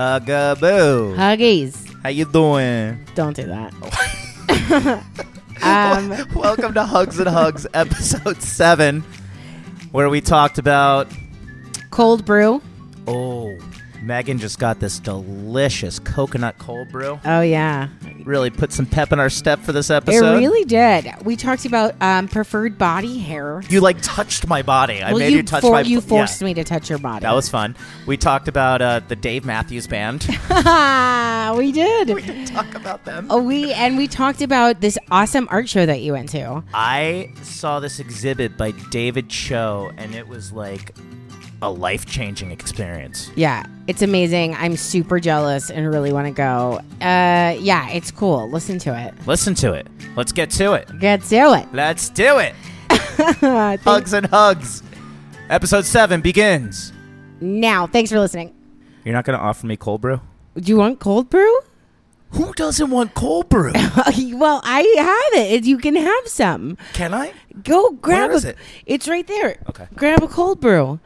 Hugaboo. Huggies. How you doing? Don't do that. um, Welcome to Hugs and Hugs, episode seven, where we talked about. cold brew. Oh, Megan just got this delicious coconut cold brew. Oh yeah, Really put some pep in our step for this episode. it really did. We talked about um, preferred body hair. You like touched my body. I well, made you, you, touch for- my. you forced yeah. me to touch your body. That was fun. We talked about uh, the Dave Matthews Band. we did. we didn't talk about them. Oh, we and we talked about this awesome art show that you went to. I saw this exhibit by David Cho, and it was like a life changing experience. Yeah, it's amazing. I'm super jealous and really want to go. Uh, yeah, it's cool. Listen to it. Listen to it. Let's get to it. Get to it. Let's do it. Thank- Hugs and hugs. Episode seven begins. now, thanks for listening. You're not going to offer me cold brew? Do you want cold brew? Who doesn't want cold brew? well, I have it. You can have some. Can I? Go grab Where is a, it? It's right there. Okay. Grab a cold brew.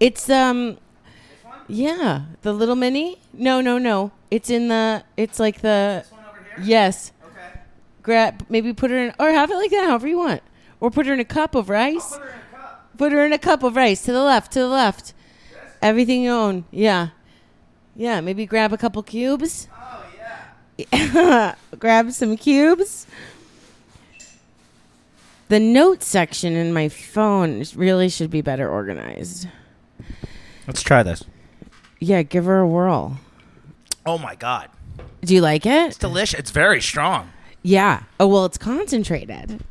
It's um Yeah, the little mini? No, no, no. It's in the it's like the Yes. Okay. Grab maybe put her in or have it like that however you want. Or put her in a cup of rice. Put her in a cup of rice to the left, to the left. Everything you own. Yeah. Yeah, maybe grab a couple cubes. grab some cubes. The notes section in my phone is- really should be better organized. Let's try this. Yeah, give her a whirl. Oh my God. Do you like it? It's delicious. It's very strong. Yeah. Oh, well, it's concentrated.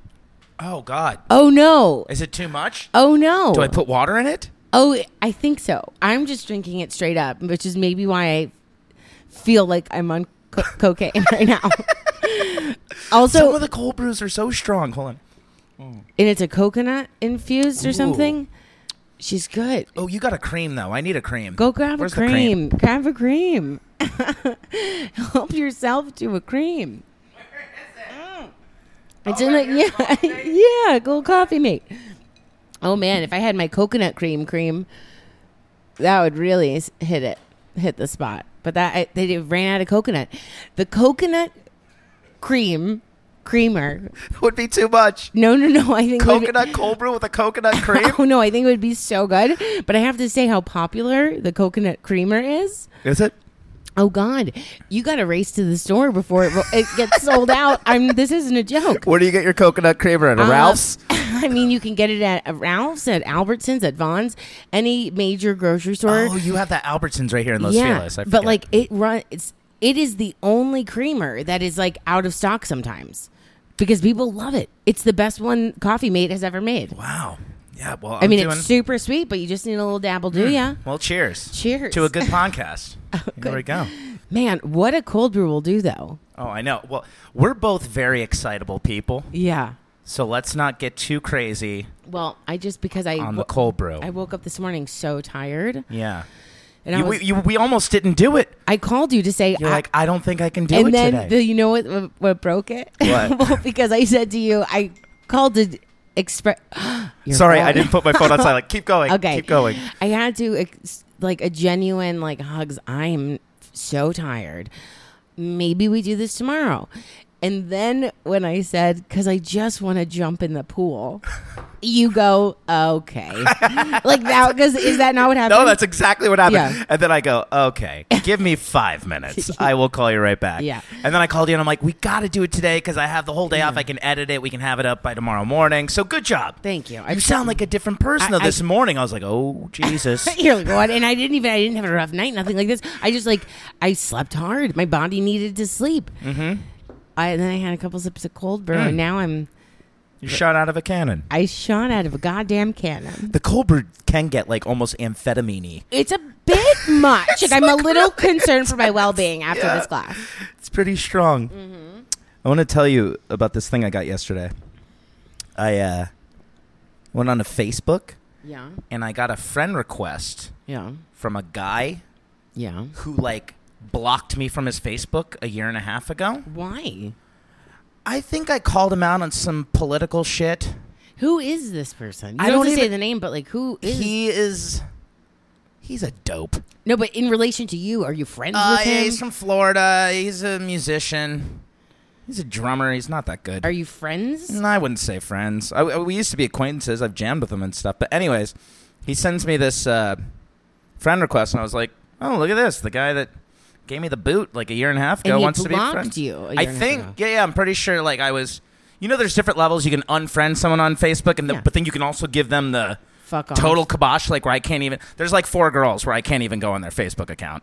Oh God. Oh, no. Is it too much? Oh, no. Do I put water in it? oh, I think so. I'm just drinking it straight up, which is maybe why I feel like I'm on co- cocaine right now. Some also, of the cold brews are so strong. Hold on. and it's a coconut infused or something. She's good. Oh, you got a cream though. I need a cream. Go grab Where's a the cream? cream. Grab a cream. Help yourself to a cream. It's in the yeah, yeah. Go coffee mate. Oh man, if I had my coconut cream cream, that would really s- hit it, hit the spot. But that I, they did- ran out of coconut. The coconut cream creamer. Would be too much. No, no, no. I think it would be- Coconut cold brew with a coconut cream. Oh no, I think it would be so good. But I have to say how popular the coconut creamer is. Is it? Oh God! You got to race to the store before it, it gets sold out. I'm. This isn't a joke. Where do you get your coconut creamer at? A Uh, Ralph's? I mean, you can get it at Ralph's, at Albertsons, at Vaughn's, any major grocery store. Oh, you have that Albertsons right here in Los yeah, Feliz. I but forget. like it run. It's it is the only creamer that is like out of stock sometimes because people love it. It's the best one Coffee Mate has ever made. wow. Yeah. Well, I'm I mean, doing, it's super sweet, but you just need a little dabble, do ya? well. Cheers. Cheers. Hmm. Oh, to a good podcast. There we go. Man, what a cold brew will do though. Oh, I know. Well, we're both very excitable people, Yeah. so let's not get too crazy Well, I just because I on wo- the cold brew. I woke up this morning so tired, yeah. and I You, was, we, you, we almost didn't do it. I called you to say, You're I- like, I don't think I can do and it then today. the, you know what what- what broke it? What? well, because I said to you, I called to express. Sorry, I didn't put my phone on silent. Keep going. Okay, Keep going. I had to ex- like a genuine like hugs. I'm so tired. Maybe we do this tomorrow. And then when I said, because I just want to jump in the pool, you go, okay. like that, because is that not what happened? No, that's exactly what happened. Yeah. And then I go, okay, give me five minutes. I will call you right back. Yeah. And then I called you and I'm like, we got to do it today because I have the whole day off. I can edit it. We can have it up by tomorrow morning. So good job. Thank you. You sound like a different person though. I- this morning I was like, oh Jesus. You're like, what? And I didn't even, I didn't have a rough night, nothing like this. I just like, I slept hard. My body needed to sleep. Mm-hmm. I, and then I had a couple sips of cold brew, Mm. and now I'm, you shot out of a cannon. I shot out of a goddamn cannon. The cold brew can get like almost amphetamine-y. It's a bit much. Like, I'm a little concerned for my well being after Yeah. this glass. It's pretty strong. Mm-hmm. I want to tell you about this thing I got yesterday. I uh, went on to Facebook Yeah. and I got a friend request Yeah. from a guy Yeah. who like blocked me from his Facebook a year and a half ago. Why? I think I called him out on some political shit. Who is this person? You I don't, don't have to say even- the name, but like, who is He is He's a dope. No, but in relation to you, are you friends Uh, with yeah, him? he's from Florida. He's a musician. He's a drummer. He's not that good. are you friends? No, I wouldn't say friends. I, I- we used to be acquaintances. I've jammed with him and stuff. But anyways, he sends me this uh, friend request, and I was like, "Oh, look at this! The guy that gave me the boot like a year and a half ago And he wants to be blocked friends." you a year I and a half think. ago. Yeah, yeah. I'm pretty sure. Like I was. You know, there's different levels. You can unfriend someone on Facebook, and the, Yeah. but then you can also give them the Fuck off. total kibosh, like where I can't even. There's like four girls where I can't even go on their Facebook account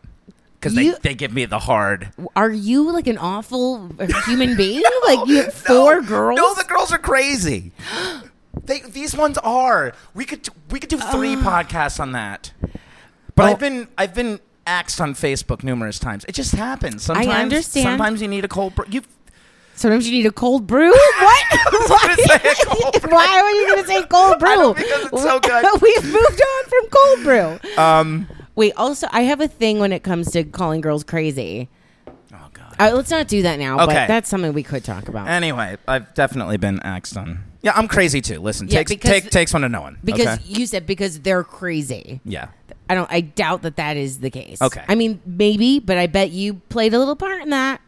because they You- they give me the hard. Are you like an awful human being? like you have four girls. No, the girls are crazy. they these ones are. We could we could do three podcasts on that. But Uh. Oh. I've been I've been axed on Facebook numerous times. It just happens. Sometimes understand. sometimes you need a cold brew. You Sometimes you need a cold brew. What? Why? say a cold brew. Why are you going to say cold brew? know, because it's so good. We've moved on from cold brew. um Wait. Also, I have a thing when it comes to calling girls crazy. oh god. Uh, let's not do that now. Okay. Eh, But that's something we could talk about. Anyway, I've definitely been axed on. Yeah, I'm crazy too. Listen, Yeah, takes because- take, takes one to know one. because okay? you said because they're crazy. yeah. I don't. I doubt that that is the case. Okay. I mean, maybe, but I bet you played a little part in that.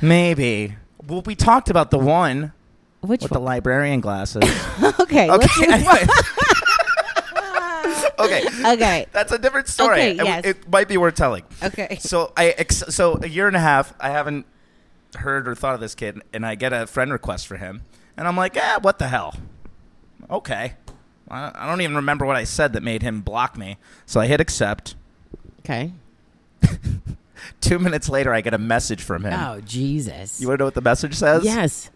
Maybe. Well, we talked about the one Which with the one? librarian glasses. okay. Let's okay. move on. okay. okay. That's a different story. Okay, It w- yes. it, might be worth telling. Okay. So I ex- so a year and a half I haven't heard or thought of this kid, and I get a friend request for him, and I'm like, ah, what the hell? Okay, I I don't even remember what I said that made him block me. So I hit accept. Okay. Two minutes later, I get a message from him. Oh Jesus. Um, You want to know what the message says? yes.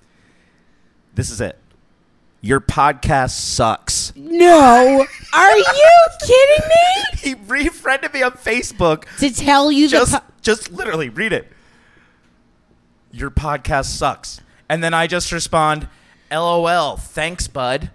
This is it. Your podcast sucks. No. Are you kidding me? He refriended me on Facebook To tell you the just po- just literally read it. Your podcast sucks. And then I just respond, LOL, thanks, bud.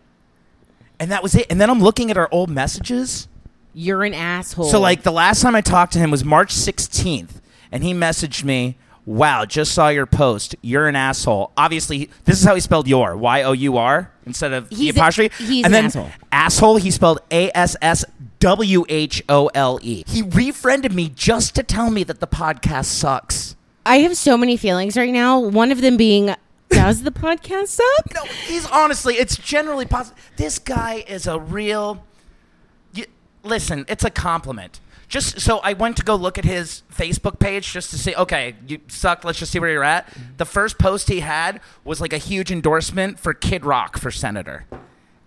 And that was it. And then I'm looking at our old messages. you're an asshole. So like the last time I talked to him was March 16th, and he messaged me, "Wow, just saw your post. You're an asshole." Obviously, this is how he spelled your y o u r instead of the He's a- apostrophe. he's and an then asshole. asshole, he spelled a s s w h o l e. He refriended me just to tell me that the podcast sucks. I have so many feelings right now. One of them being, does the podcast suck? No, he's honestly, it's generally positive. This guy is a real. You, listen, it's a compliment. Just so I went to go look at his Facebook page just to see. Okay, you suck. Let's just see where you're at. The first post he had was like a huge endorsement for Kid Rock for senator.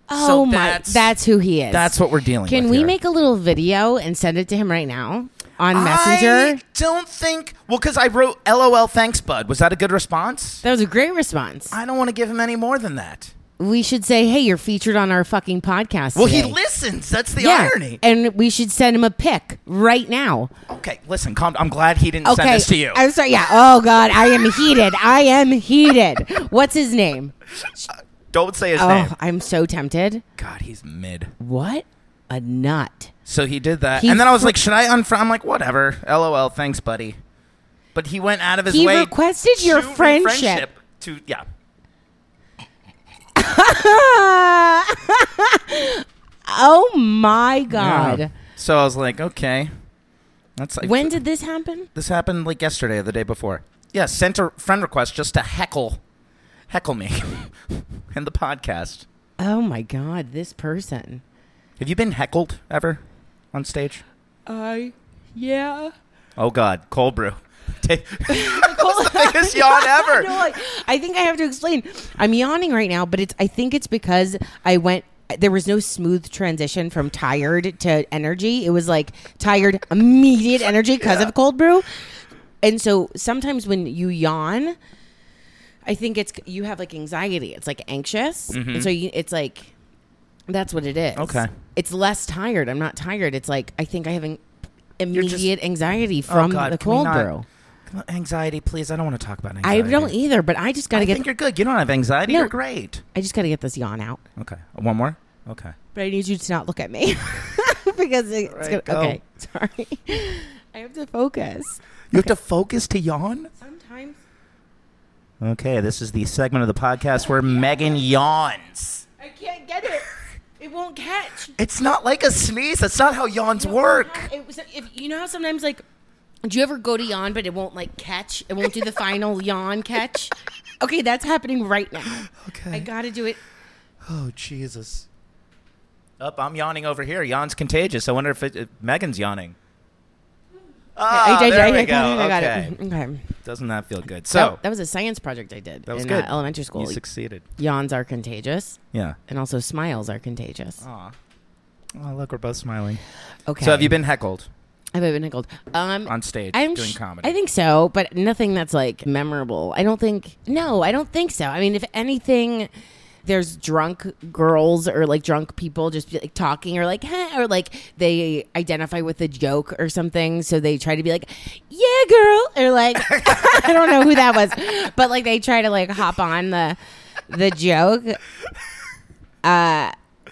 Oh So my! that's- That's, who he is. That's what we're dealing Can with. we here. make a little video and send it to him right now on Messenger? I don't think. Well, because I wrote "LOL, thanks, bud." Was that a good response? That was a great response. I don't want to give him any more than that. we should say, "Hey, you're featured on our fucking podcast." Well, today. he listens. That's the yeah, irony. and we should send him a pic right now. Okay, listen, calm. I'm glad he didn't Okay, send this to you. I'm sorry. Yeah. Oh God, I am heated. I am heated. What's his name? Uh, Don't say his Oh, name. I'm so tempted. God, he's mid. What a nut! So he did that, He and then I was fr- like, "Should I unfriend?" I'm like, "Whatever." LOL. Thanks, buddy. But he went out of his He way. requested your to friendship. friendship To yeah. oh my God! Yeah. So I was like, okay. That's like, When did this happen? this happened? Like yesterday or the day before. Yeah, sent a friend request just to heckle, heckle me, in the podcast. Oh my God! This person. Have you been heckled ever on stage? I. yeah. Oh God, cold brew. Take- biggest yawn ever. I, know, like, I think I have to explain. I'm yawning right now, but it's. I think it's because I went. There was no smooth transition from tired to energy. It was like tired, immediate energy because of cold brew. And so sometimes when you yawn, I think it's you have like anxiety. It's like anxious, and so you, it's like that's what it is. Mm-hmm. Okay. it's less tired. I'm not tired. It's like I think I have an immediate just- Oh, anxiety from God, the can we cold not- brew. Anxiety, please. I don't want to talk about I anxiety. don't either, but I just gotta I get think you're good. You don't have anxiety. No. You're great. I just gotta get this yawn out. Okay. One more? Okay. But I need you to not look at me because it's right, gonna, go. okay. Sorry, I have to focus. You have to focus to yawn? Sometimes Okay, this is the segment of the podcast where Megan yawns. I can't get it. It won't catch. It's not like a sneeze. That's not how yawns work. It was if you know how sometimes like do you ever go to yawn but it won't like catch? It won't do the final yawn catch. Okay, that's happening right now. Okay. I gotta do it. oh Jesus. Up, I'm yawning over here. Yawn's contagious. I wonder if, it, if Megan's yawning. Ah, I, I, there I, we I go. got it. I got okay. it. Okay. Doesn't that feel good? So So that, was a science project I did that was in good. Uh, elementary school. You succeeded. Yawns are contagious, Yeah. and also smiles are contagious. Aw. Oh, look, we're both smiling. Okay. So have you been heckled Have I been heckled? Um, on stage I'm doing sh- comedy? I think so, but nothing that's like memorable. I don't think. No, I don't think so. I mean, if anything, there's drunk girls or like drunk people just be, like talking or like huh, or like they identify with a joke or something, so they try to be like, "Yeah, girl," or like I don't know who that was, but like they try to like hop on the the joke. Uh,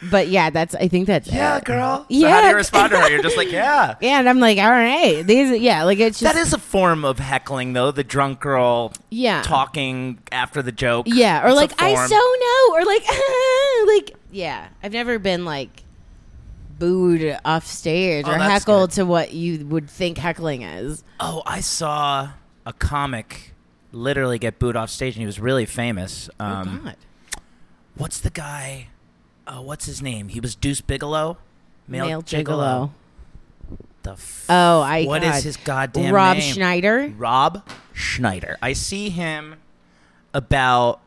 but yeah, that's I think that's Yeah, it. girl. So how do Yeah. you respond to her? You're just like, yeah. Yeah, and I'm like, all right, these, yeah, like it's just That is a form of heckling, though. The drunk girl yeah, talking after the joke. Yeah, or It's a like I form. so know, or like like yeah. I've never been like booed off stage Oh, or that's heckled good. to what you would think heckling is. Oh, I saw a comic literally get booed off stage, and he was really famous. oh Um, God, what's the guy? Oh, what's his name? He was Deuce Bigelow. male, gigolo. The f- Oh, I What is God. his goddamn Rob name? Schneider. Rob Schneider. I see him about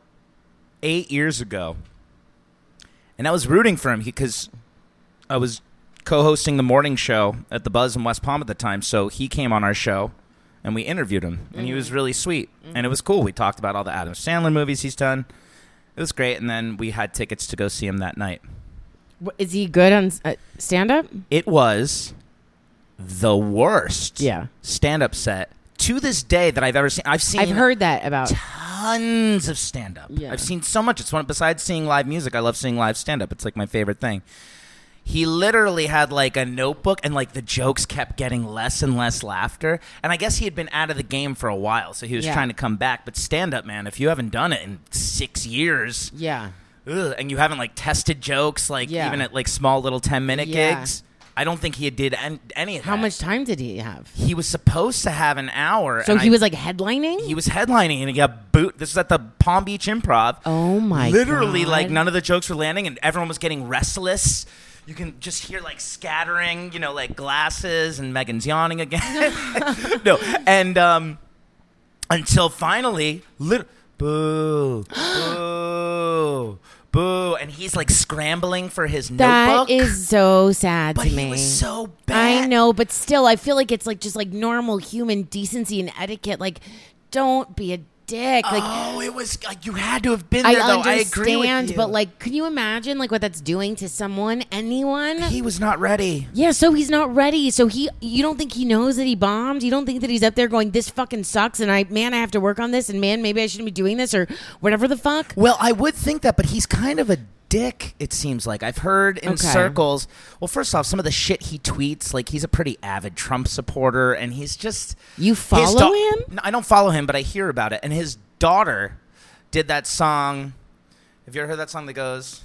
eight years ago, and I was rooting for him because I was co-hosting the morning show at the Buzz in West Palm at the time. So he came on our show, and we interviewed him, and he was really sweet, and it was cool. We talked about all the Adam Sandler movies he's done. It was great, and then we had tickets to go see him that night. Wh- Is he good on uh, stand up? It was the worst Yeah. stand-up set to this day that I've ever seen. I've seen I've heard that about. tons of stand up. Yeah. I've seen so much. It's one besides seeing live music, I love seeing live stand up. It's like my favorite thing. He literally had like a notebook and like the jokes kept getting less and less laughter. And I guess he had been out of the game for a while, so he was Yeah. trying to come back. But stand up, man, if you haven't done it in 6 years Yeah, ugh, and you haven't like tested jokes like Yeah. even at like small little 10 minute Yeah. gigs, I don't think he did an- any of that. how much time did he have? he was supposed to have an hour. So and he I- was like headlining. he was headlining and he got boot. This was at the Palm Beach Improv. Oh my Literally, God. like none of the jokes were landing, and everyone was getting restless. You can just hear like scattering, you know, like glasses, and Megan's yawning again. no, and um, until finally, lit- boo, boo, boo, and he's like scrambling for his That notebook. is so sad but to he me. was so bad. I know, but still, I feel like it's like just like normal human decency and etiquette. Like, don't be a dick. Like, oh, it was like you had to have been I there. though. understand, I agree with you. but like, can you imagine like what that's doing to someone, anyone? he was not ready. yeah, so he's not ready. So he, you don't think he knows that he bombed? You don't think that he's up there going, "This fucking sucks," and I, man, I have to work on this, and man, maybe I shouldn't be doing this, or whatever the fuck. Well, I would think that, but he's kind of a dick. It seems like I've heard in Okay. circles. Well, first off, some of the shit he tweets, like he's a pretty avid Trump supporter, and he's just You his follow da- him? No, I don't follow him, but I hear about it. And his daughter did that song. Have you ever heard that song that goes?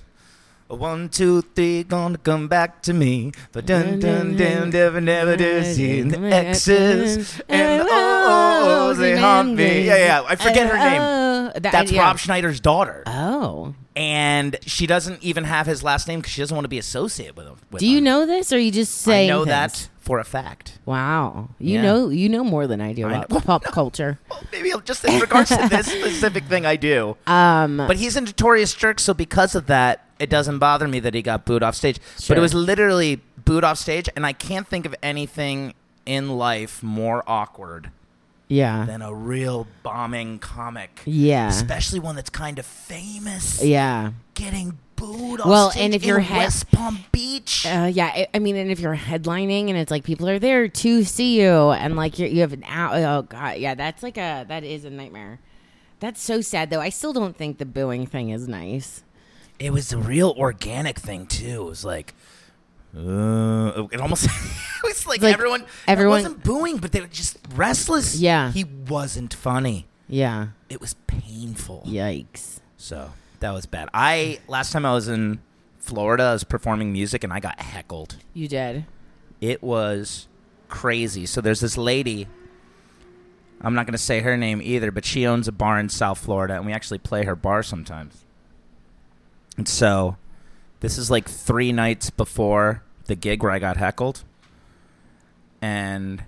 One, two, three, gonna come back to me. But dun dun dun, never, never do see the X's and the O's they haunt me. Yeah, yeah. I forget her name. Oh, that- That's yeah. Rob Schneider's daughter Oh. and she doesn't even have his last name because she doesn't want to be associated with him. with Do you him. know this, or you just say? I know that for a fact. Wow, you Yeah. know, you know more than I do I about know. pop culture. Well, maybe just in regards to this specific thing, I do. Um, but he's a notorious jerk, so because of that, it doesn't bother me that he got booed off stage. But Sure. it was literally booed off stage, and I can't think of anything in life more awkward yeah, than a real bombing comic. yeah, Especially one that's kind of famous, yeah. getting booed. Well, off stage and if you're in head- West Palm Beach, Uh, yeah, I, I mean, and if you're headlining and it's like people are there to see you, and like you're, you have an hour. Oh god, yeah, that's like a that is a nightmare. That's so sad, though. I still don't think the booing thing is nice. It was a real organic thing too. It was like, uh, it almost. it was like, like everyone. everyone- Everyone wasn't booing, but they were just restless. Yeah. he wasn't funny. Yeah, It was painful. yikes. So that was bad. I last time I was in Florida. I was performing music and I got heckled. You did. It was crazy. So there's this lady. I'm not going to say her name either, but she owns a bar in South Florida, and we actually play her bar sometimes. And so this is like three nights before the gig where I got heckled. And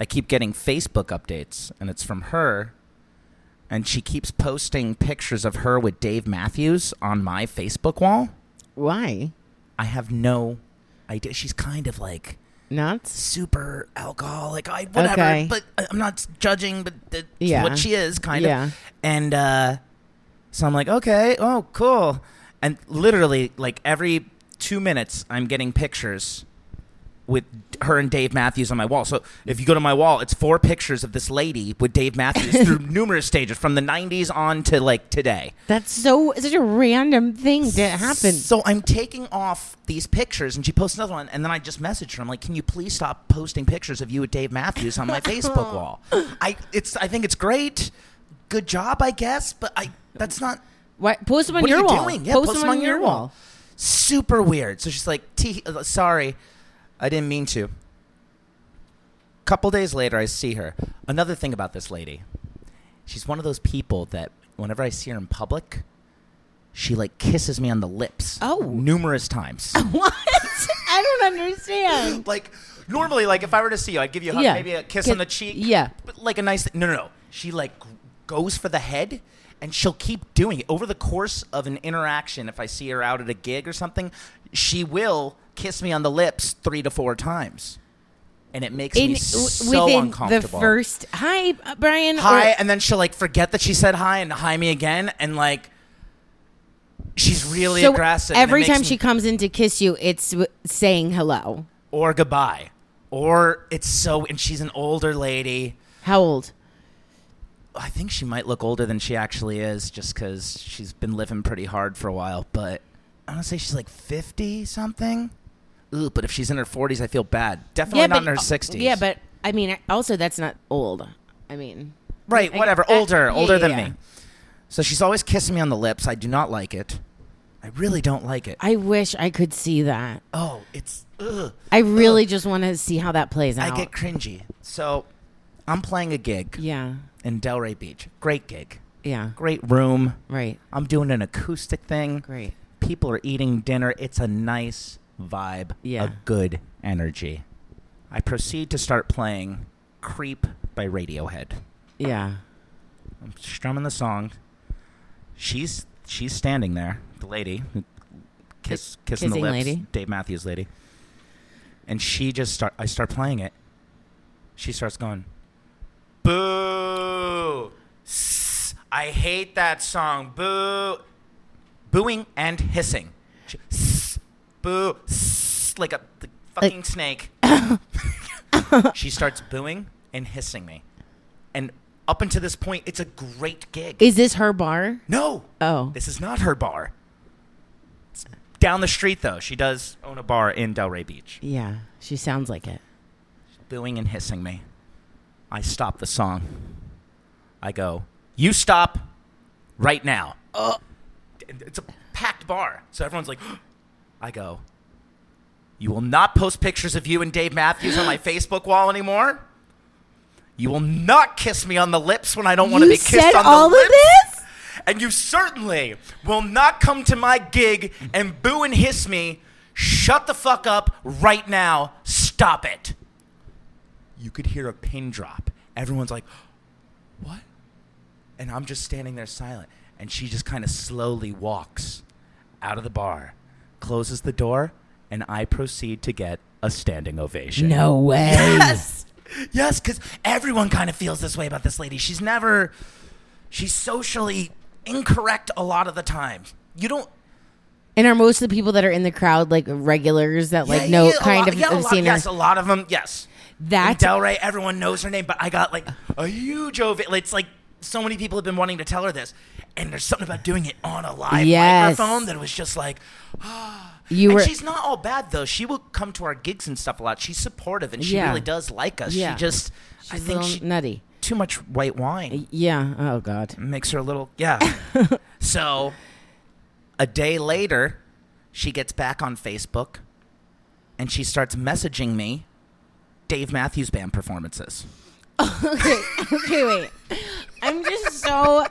I keep getting Facebook updates, and it's from her. And she keeps posting pictures of her with Dave Matthews on my Facebook wall. Why? I have no idea. She's kind of like Nuts? super alcoholic. I whatever, Okay. but I- I'm not judging. But that's Yeah. what she is, kind Yeah. of. And uh, so I'm like, okay, oh, cool. And literally, like every two minutes, I'm getting pictures with her and Dave Matthews on my wall. So if you go to my wall, it's four pictures of this lady with Dave Matthews through numerous stages, from the '90s on to like today. That's so such a random thing to happen. So I'm taking off these pictures, and she posts another one, and then I just messaged her. I'm like, "Can you please stop posting pictures of you with Dave Matthews on my Facebook wall? I it's I think it's great, good job, I guess, but I that's not Why post them on What are your you wall? doing? Yeah, post, them on, your wall. super weird." So she's like, T- uh, "Sorry, I didn't mean to." Couple days later, I see her. Another thing about this lady, she's one of those people that whenever I see her in public. She like kisses me on the lips. Oh. numerous times. What? I don't understand. like normally like if i were to see you i'd give you a hug Yeah. maybe a kiss Ki- on the cheek yeah. but like a nice no no no she like g- goes for the head and she'll keep doing it over the course of an interaction if i see her out at a gig or something she will kiss me on the lips three to four times and it makes me In w- so within the uncomfortable first hi uh, Brian. or- hi and then she'll like forget that she said hi and hi me again and like she's really so aggressive and it Every makes time me- she comes in to kiss you, it's w- saying hello. or goodbye or it's so and she's an older lady How old? I think she might look older than she actually is just because she's been living pretty hard for a while. But I want to say she's like 50 something. Ooh, but if she's in her 40s, I feel bad. Definitely Oh, not in her uh, 60s. Yeah, but I mean, also that's not old. I mean, Right, I- whatever. I- older, uh, yeah, older yeah, than yeah. me. So she's always kissing me on the lips. I do not like it. I really don't like it. I wish I could see that. oh, it's. Ugh. I really just want to see how that plays I out. get cringy. So I'm playing a gig yeah, in Delray Beach. Great gig. yeah, Great room. right, I'm doing an acoustic thing. great. people are eating dinner. It's a nice vibe, Yeah. a good energy. I proceed to start playing Creep by Radiohead. Yeah, I'm strumming the song. She's she's standing there, the lady, who kiss, kissing, the kissing lips, lady. Dave Matthews lady. And she just start I start playing it. She starts going, "Boo! S- I hate that song. Boo!" Booing and hissing. She, "S- boo! S- like a the fucking snake. she starts booing and hissing me. And up until this point, it's a great gig. is this her bar? no, Oh, this is not her bar. It's down the street, though. She does own a bar in Delray Beach. yeah, she sounds like it. Booing and hissing me. I stop the song. I go, You stop right now. Oh. And It's a packed bar. So everyone's like, I go, You will not post pictures of you and Dave Matthews on my Facebook wall anymore. You will not kiss me on the lips when I don't want to you be kissed said on all the lips. of this? And you certainly will not come to my gig and boo and hiss me. Shut the fuck up right now. Stop it. You could hear a pin drop. Everyone's like, what? And I'm just standing there silent. And she just kind of slowly walks out of the bar, closes the door, and I proceed to get a standing ovation. No way. Yes. Yes, because everyone kind of feels this way about this lady. She's never, she's socially incorrect a lot of the times. You don't, And are most of the people that are in the crowd like regulars that like Yeah, know yeah, a kind lot- of yeah, a have lot, seen yes, her? a lot of them, yes. That In Delray, everyone knows her name, but I got like a huge ovation. It's like so many people have been wanting to tell her this, and there's something about doing it on a live Yes. microphone that was just like, you and were. she's not all bad though. She will come to our gigs and stuff a lot. She's supportive and she Yeah. really does like us. Yeah. She just, I she's a think little she, nutty. too much white wine. Yeah. Oh God. makes her a little yeah so a day later She gets back on Facebook and she starts messaging me Dave Matthews Band performances. okay, okay, wait. I'm just so.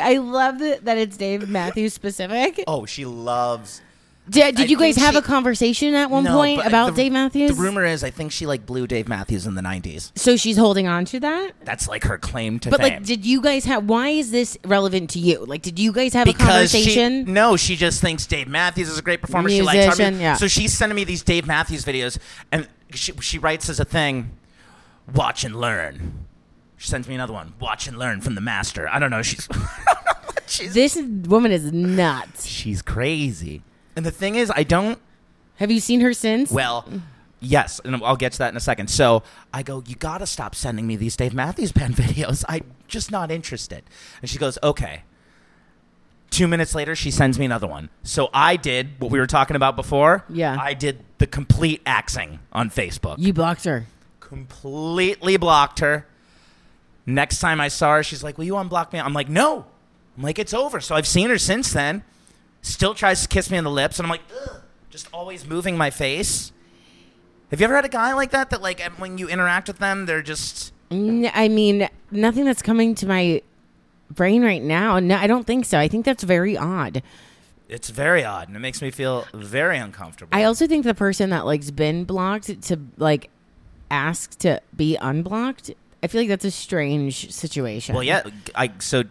I love that, that it's Dave Matthews specific. Oh, she loves Did, did I you guys think have she- a conversation at one No, point but about the- Dave Matthews? The rumor is I think she like blew Dave Matthews in the 90s. so she's holding on to that? That's like her claim to But, fame. like, did you guys have. Why is this relevant to you? Like, did you guys have a because conversation? She, no, she just thinks Dave Matthews is a great performer. she likes Musician, Harvey. yeah. So she's sending me these Dave Matthews videos, and she, she writes as a thing, watch and learn. She sends me another one, watch and learn from the master. I don't know. She's she's this woman is nuts. she's crazy. And the thing is, I don't. Have you seen her since? Well, yes, and I'll get to that in a second. So I go, you got to stop sending me these Dave Matthews Band videos. I'm just not interested. And she goes, okay. Two minutes later, she sends me another one. So I did what we were talking about before. Yeah. I did the complete axing on Facebook. you blocked her. completely blocked her. Next time I saw her, she's like, will you unblock me? I'm like, no. I'm like, it's over. So I've seen her since then. Still tries to kiss me on the lips. And I'm like, ugh, just always moving my face. Have you ever had a guy like that that, like, when you interact with them, they're just. N- I mean, nothing that's coming to my brain right now. No, I don't think so. I think that's very odd. It's very odd and it makes me feel very uncomfortable. I also think the person that like's been blocked to like ask to be unblocked. I feel like that's a strange situation. Well, yeah, I so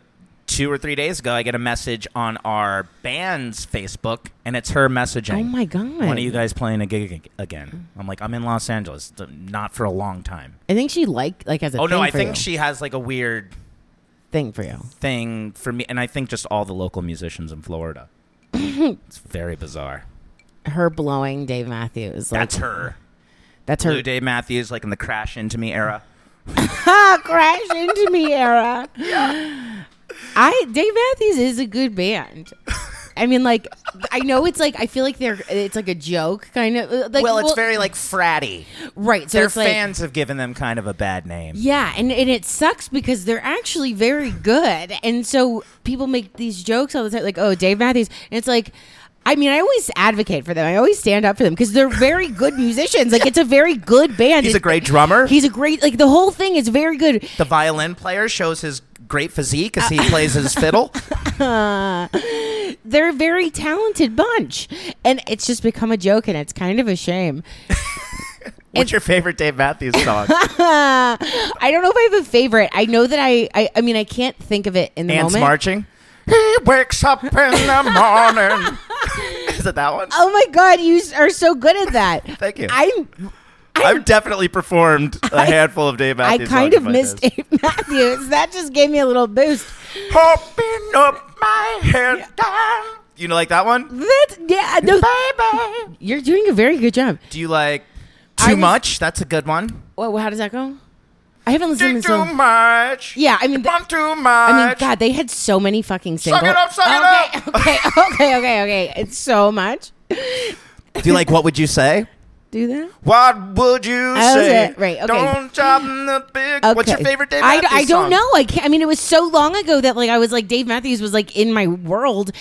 two or three days ago, I get a message on our band's Facebook, and it's her messaging. Oh my god. When are you guys playing a gig ag- again? I'm like, I'm in Los Angeles, th- not for a long time. I think she like like has a Oh thing no, I for think you. she has like a weird thing for you. thing for me, and I think just all the local musicians in Florida. it's very bizarre. Her blowing Dave Matthews. Like, That's her. That's her. Blue Dave Matthews, like in the Crash Into Me era. Ah, crash into me era. I Dave Matthews is a good band. I mean, like, I know it's like I feel like they're it's like a joke kind of. uh, Like, well, it's very like fratty. right. So Their it's like, fans have given them kind of a bad name. yeah, and and it sucks because they're actually very good, and so people make these jokes all the time, like, oh, Dave Matthews, and it's like. I mean, I always advocate for them. I always stand up for them because they're very good musicians. Like, it's a very good band. He's It- a great drummer. He's a great. Like, the whole thing is very good. the violin player shows his great physique as he Uh, plays his fiddle. they're a very talented bunch and it's just become a joke and it's kind of a shame What's your favorite Dave Matthews song? i don't know if i have a favorite i know that i i, I mean i can't think of it in the Ants moment marching. He wakes up in the morning. Is it that one? oh my god you s- are so good at that Thank you. i'm I've definitely performed a handful of Dave I Matthews. kind songs of like missed this. Dave Matthews. That just gave me a little boost. Hopping up my head down. You know, like that one, That, yeah, no, baby. you're doing a very good job. Do you like too I was- much? That's a good one. Well, how does that go? I haven't listened Too, to this. much. Yeah, I mean, th- Want too much. I mean, God, they had so many fucking singles. Suck it up, suck it okay, okay, okay, okay, okay. It's so much. Do you like what would you say? Do that. What would you That was say? Oh, it. Right, okay. Don't drop in the big. What's your Okay. favorite Dave I, Matthews I don't song? know. I can't, I mean, it was so long ago that like I was like Dave Matthews was like in my world.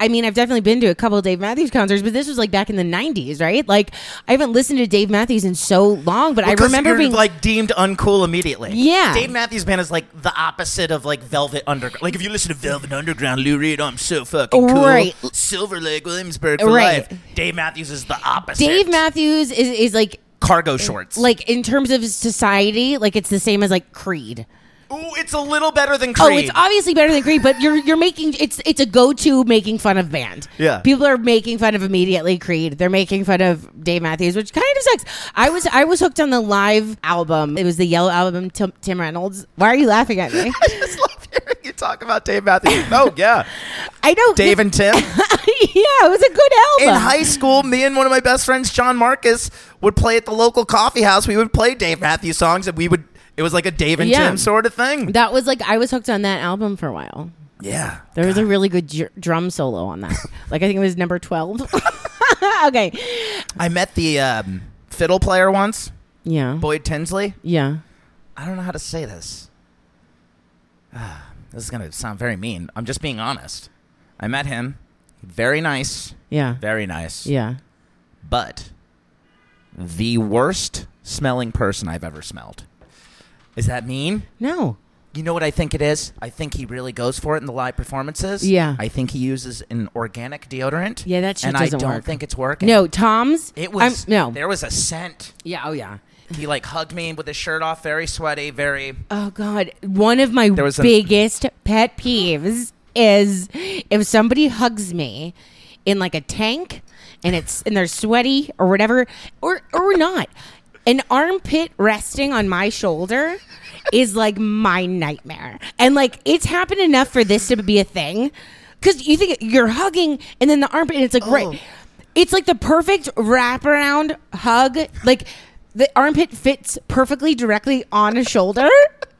I mean, I've definitely been to a couple of Dave Matthews concerts, but this was like back in the '90s, right? Like, I haven't listened to Dave Matthews in so long, but I Because remember you're, being like deemed uncool immediately. Yeah. Dave Matthews Band is like the opposite of like Velvet Underground. Like if you listen to Velvet Underground, Lou Reed, I'm so fucking cool. Right. Silver Lake, Williamsburg for Right. life. Dave Matthews is the opposite. Dave Matthews is is like cargo shorts. like in terms of society, like it's the same as like Creed. ooh, it's a little better than Oh, Creed. it's obviously better than Creed, but you're you're making it's it's a go to making fun of band. Yeah. people are making fun of immediately Creed. They're making fun of Dave Matthews, which kind of sucks. I was I was hooked on the live album. It was the Yellow album. Tim, Tim Reynolds. Why are you laughing at me? I just love hearing you talk about Dave Matthews. Oh yeah, I know Dave and Tim. yeah, it was a good In album. high school, me and one of my best friends, John Marcus, would play at the local coffee house. We would play Dave Matthews songs, and we would. It was like a Dave and Yeah. Tim sort of thing. that was like I was hooked on that album for a while. yeah. There was a really good j- drum solo on that. like I think it was number twelve. okay, I met the um, fiddle player once, yeah, Boyd Tinsley. yeah. I don't know how to say this. Ah, this is going to sound very mean. I'm just being honest. I met him. Very nice. Yeah. Very nice. Yeah. But the worst smelling person I've ever smelled. Is that mean? No. You know what I think it is? I think he really goes for it in the live performances. Yeah. I think he uses an organic deodorant. Yeah, that shit And I doesn't don't work. think it's working. No, Tom's. It I'm- was no. There was a scent. Yeah. Oh yeah. He like hugged me with his shirt off, very sweaty, very Oh God! One of my was a- biggest pet peeves is if somebody hugs me in like a tank, and it's and they're sweaty or whatever, or or not. An armpit resting on my shoulder is like my nightmare, and like it's happened enough for this to be a thing. Because you think you're hugging, and then the armpit, and it's like Oh. right. It's like the perfect wraparound hug. Like the armpit fits perfectly directly on a shoulder.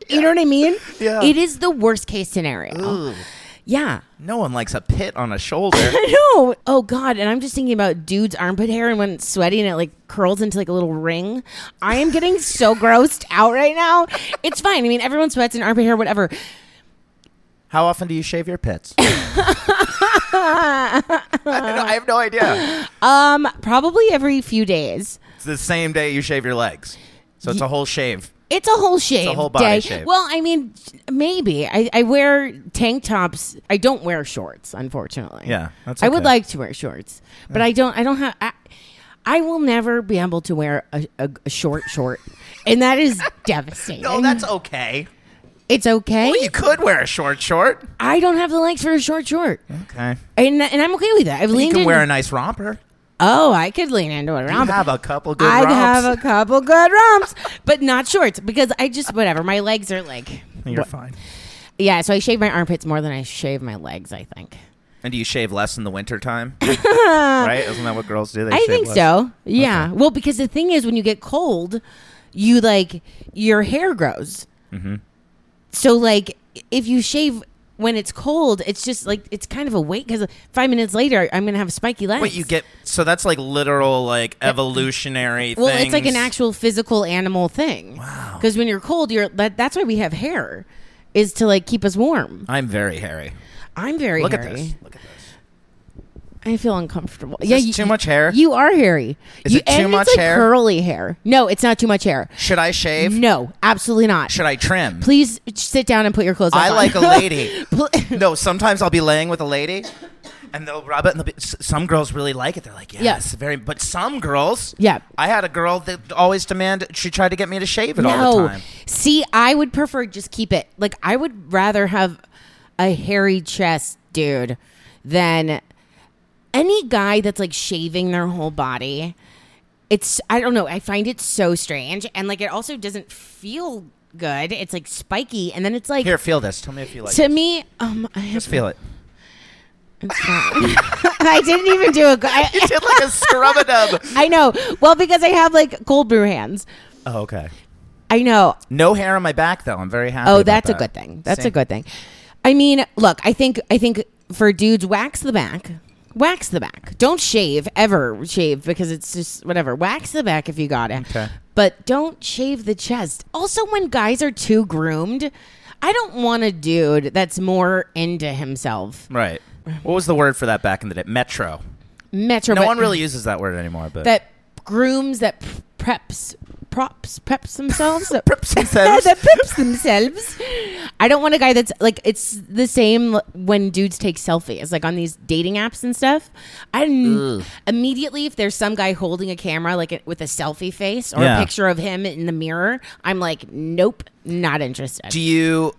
You know what I mean? Yeah. It is the worst case scenario. Yeah. no one likes a pit on a shoulder. I know. Oh God. And I'm just thinking about dude's armpit hair and when it's sweaty and it like curls into like a little ring. I am getting so grossed out right now. It's fine. I mean, everyone sweats and armpit hair, whatever. How often do you shave your pits? I, don't know, I have no idea. Um, probably every few days. It's the same day you shave your legs. So it's a whole shave. It's a whole shave. whole body day. shave. Well, I mean, maybe I, I wear tank tops. I don't wear shorts, unfortunately. Yeah, that's I would okay. like to wear shorts, but I don't. I don't have. I, I will never be able to wear a, a, a short short, and that is devastating. No, Oh, that's okay. it's okay. Well, you could wear a short short. I don't have the legs for a short short, Okay. and and I'm okay with that. I've You leaned. can in- wear a nice romper. oh, I could lean into it. You around. have a couple good I'd romps. have a couple good rumps, but not shorts because I just whatever. My legs are like. You're fine. Yeah, so I shave my armpits more than I shave my legs, I think. And do you shave less in the wintertime? right? Isn't that what girls do? They I shave think less. so. Yeah. Well, because the thing is when you get cold, you like your hair grows. Mm-hmm. So like if you shave when it's cold, it's just like it's kind of a wait cuz 5 minutes later I'm going to have spiky legs. Wait, you get so that's like literal like evolutionary. Well, it's like an things. actual physical animal thing. Wow. Cuz when you're cold, you're that, that's why we have hair is to like keep us warm. I'm very hairy. I'm very Look hairy. at this. Look at this. I feel uncomfortable. this too much hair? You are hairy. Is you, it too and much it's like hair? Curly hair. No, it's not too much hair. Should I shave? No, absolutely not. Should I trim? Please sit down and put your clothes. back I on. like a lady. Pl- No, sometimes I'll be laying with a lady, and they'll rub it. And they'll be, s- some girls really like it. They're like, yes, very. But some girls, Yeah. I had a girl that always demanded. She tried to get me to shave it all the no. time. See, I would prefer just keep it. Like I would rather have a hairy chest, dude, than any guy that's like shaving their whole body. It's I don't know. I find it so strange, and like it also doesn't feel good. It's like spiky, and then it's like Here, feel this. Tell me if you like. to it. me. Um, I have Just feel it. I didn't even do a. I, It's like a scrub a dub. I know. Well, because I have like cold brew hands. Oh, okay. I know. No hair on my back though. I'm very happy. Oh, about that's a that. good thing. That's See? a good thing. I mean, look. I think. I think for dudes, wax the back. Wax the back. Don't shave ever. Shave because it's just whatever. Wax the back if you got it. Okay. But don't shave the chest. Also, when guys are too groomed, I don't want a dude that's more into himself. Right. What was the word for that back in the day? Metro. Metro. No but- one really uses that word anymore, but that grooms that preps props preps themselves that Preps themselves. that preps themselves i don't want a guy that's like it's the same l- when dudes take selfies like on these dating apps and stuff i n- immediately if there's some guy holding a camera like with a selfie face or Yeah. a picture of him in the mirror i'm like nope not interested do you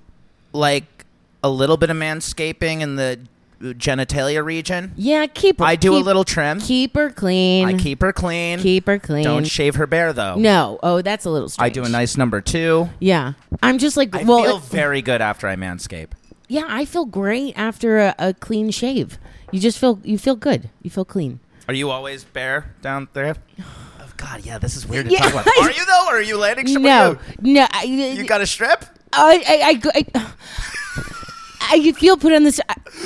like a little bit of manscaping in the genitalia region? yeah keep her I do a keep- little trim. keep her clean I keep her clean. keep her clean Don't shave her bare though. no oh that's a little strange. I do a nice number two. yeah i'm just like I well feel it- very good after I manscape. Yeah, I feel great after a, a clean shave. You just feel you feel good. You feel clean. Are you always bare down there? Oh God, yeah, this is weird to Yeah. talk about. Are you though? Or are you landing? strip? What are No, no, I, you? you got a strip? I, I, I, I, I feel put on this.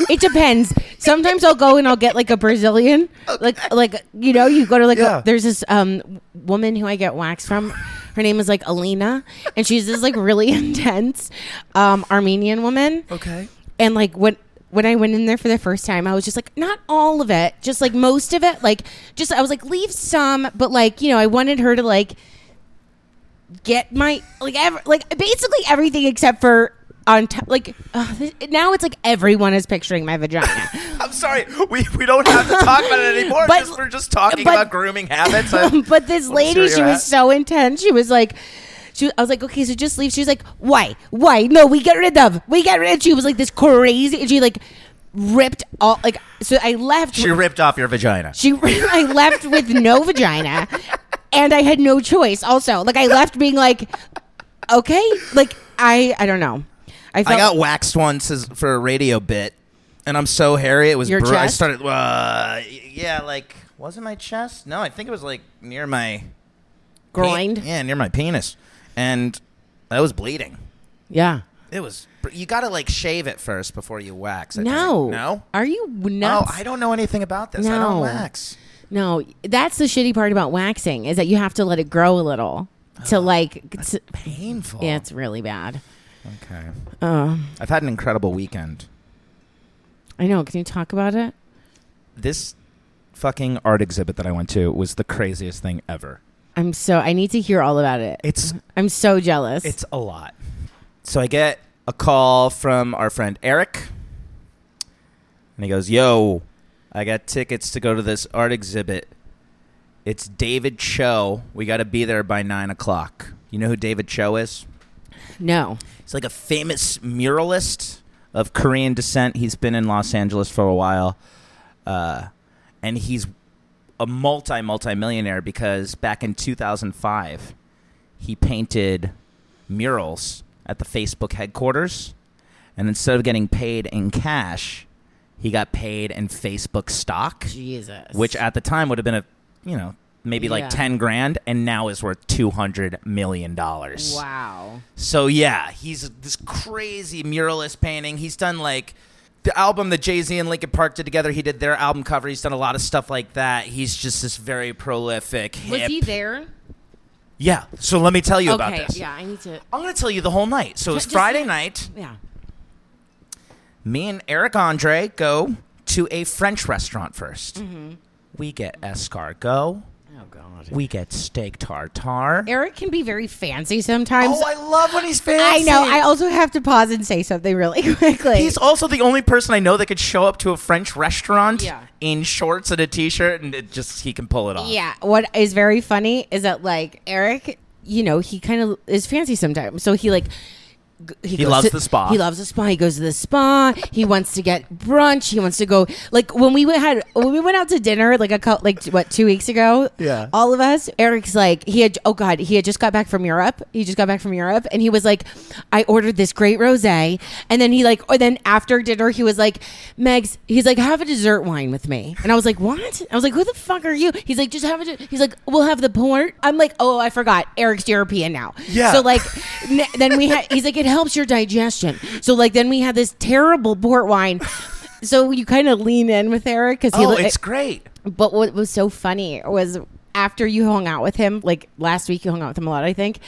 It depends. Sometimes I'll go and I'll get like a Brazilian, like like you know, you go to like Yeah. a, there's this um woman who I get wax from. Her name is like Alina, and she's this like really intense um Armenian woman. Okay. and like when when I went in there for the first time, I was just like, not all of it, just like most of it. Like, just, I was like, leave some, but like, you know, I wanted her to like get my, like, ev- like basically everything except for on top. Like, uh, now it's like everyone is picturing my vagina. I'm sorry. We, we don't have to talk about it anymore. But- just, we're just talking but- about grooming habits. I- but this Well, sure lady, she you're was at- so intense. She was like, she, I was like, okay, so just leave. She was like, why? Why? No, we get rid of. We get rid of. She was like this crazy. And she like ripped all, like, so I left. she ripped off your vagina. She, I left with no vagina, and I had no choice. Also, like I left being like, okay, like I, I don't know. I felt I got waxed once as, for a radio bit, and I'm so hairy it was. Your bru- I chest? started. Uh, y- yeah, like was it my chest? No, I think it was like near my pe- groined. yeah, near my penis, and I was bleeding. Yeah. It was. br- You gotta like shave it first before you wax. I think. No. no. Are you nuts? No, I don't know anything about this. I No. don't wax. No, that's the shitty part about waxing is that you have to let it grow a little to like. To, Painful. yeah, it's Uh. really bad. Okay. I've had an incredible weekend. I know. Can you talk about it? This fucking art exhibit that I went to was the craziest thing ever. I'm so. I need to hear all about it. It's I'm so jealous. It's a lot. So I get a call from our friend Eric, and he goes, "Yo, I got tickets to go to this art exhibit. It's David Cho. We got to be there by nine o'clock. You know who David Cho is? no. He's like a famous muralist of Korean descent. He's been in Los Angeles for a while, uh, and he's a multi multi millionaire because back in 2005, he painted murals at the Facebook headquarters, and instead of getting paid in cash, he got paid in Facebook stock, Jesus. which at the time would have been a you know maybe Yeah. like 10 grand and now is worth 200 million dollars Wow. so yeah, he's this crazy muralist painting. He's done like the album that Jay Z and Linkin Park did together. He did their album cover. He's done a lot of stuff like that. He's just this very prolific. Was hip- he there? Yeah. So let me tell you about this. Yeah, I need to. I'm gonna tell you the whole night. So it's Just- Friday night. Yeah. Me and Eric Andre go to a French restaurant 1st Mm-hmm. We get escargot. Oh God. We get steak tartare. Eric can be very fancy sometimes. oh, I love when he's I fancy. know. I also have to pause and say something really quickly. He's also the only person I know that could show up to a French restaurant Yeah. in shorts and a t-shirt, and it just he can pull it off. Yeah. What is very funny is that like Eric, you know, he kind of is fancy sometimes. So he like g- he, goes loves to- the spa. He loves the spa. He goes to the spa. He wants to get brunch. He wants to go like when we went- had when we went out to dinner like a cou- like what two weeks ago. Yeah. all of us. Eric's like he had oh god he had just got back from Europe. He just got back from Europe and he was like, I ordered this great rosé, and then he like or then after dinner he was like, Megs, he's like have a dessert wine with me, and I was like what? I was like who the fuck are you? He's like just have a de-" he's like we'll have the port. I'm like oh I forgot Eric's European now. Yeah. So like n- then we had he's like it helps your digestion. So like then we had this terrible port wine. So you kind of lean in with Eric because he Oh, lo- it's great. but what was so funny was after you hung out with him, like last week, you hung out with him a lot, I think.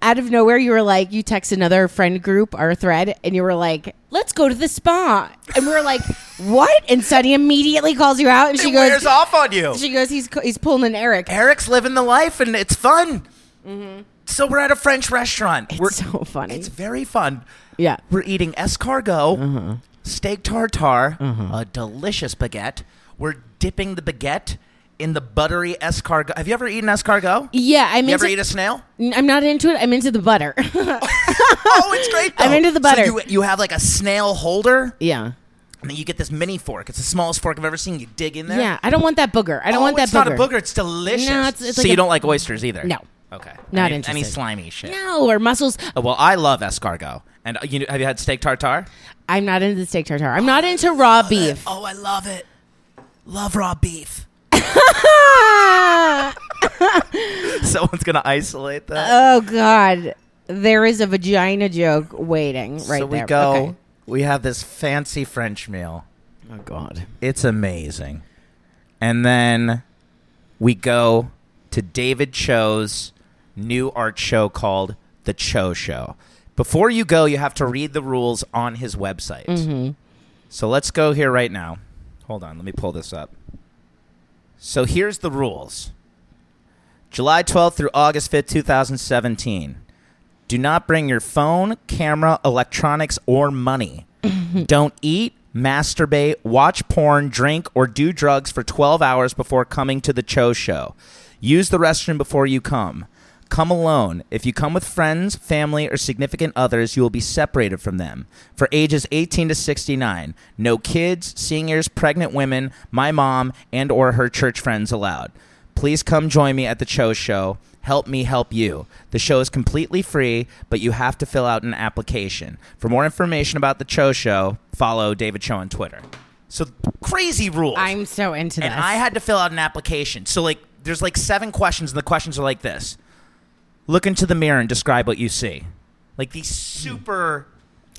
Out of nowhere, you were like, you text another friend group or thread, and you were like, let's go to the spa. And we were like, what? And Sunny immediately calls you out, and she it goes, wears off on you. she goes, he's, he's pulling an Eric. Eric's living the life, and it's fun. So we're at a French restaurant. we're, Mm-hmm. It's so funny. it's very fun. yeah. We're eating escargot, Uh-huh. steak tartare, a delicious baguette. We're dipping the baguette in the buttery escargot. Have you ever eaten escargot? Yeah, I'm You ever into. eat a snail? I'm not into it. I'm into the butter. oh, it's great. I'm though. into the butter. So you, you have like a snail holder. yeah, And then you get this mini fork. It's the smallest fork I've ever seen. You dig in there. yeah. I don't want that booger. I don't Oh, want that it's booger. not a booger. It's delicious. No, it's- it's so like you a- don't like oysters either. No. Okay. Not any, interested. Any slimy shit. No, or mussels. Oh, well, I love escargot. And uh, you know, have you had steak tartare? I'm not into the steak tartare. I'm not into raw beef. Oh, I love it. Love raw beef. Ah! Someone's gonna isolate that. Oh God, there is a vagina joke waiting right so we there. go. Okay. We have this fancy French meal. Oh God. It's amazing. And then we go to David Cho's new art show called The Mm-hmm. Cho Show. Before you go, you have to read the rules on his website. So let's go here right now. Hold on, let me pull this up. So here's the rules. July 12th through August 5th, 2017. Do not bring your phone, camera, electronics, or money. Don't eat, masturbate, watch porn, drink, or do drugs for 12 hours before coming to the Cho Show. Use the restroom before you come. Come alone. If you come with friends, family, or significant others, you will be separated from them. For ages 18 to 69, no kids, seniors, pregnant women, my mom, and or her church friends allowed. Please come join me at the Cho Show. Help me help you. The show is completely free, but you have to fill out an application. For more information about the Cho Show, follow David Cho on Twitter. So crazy rules. I'm so into this. and I had to fill out an application. So like there's like seven questions and the questions are like this. Look into the mirror and describe what you see. Like these super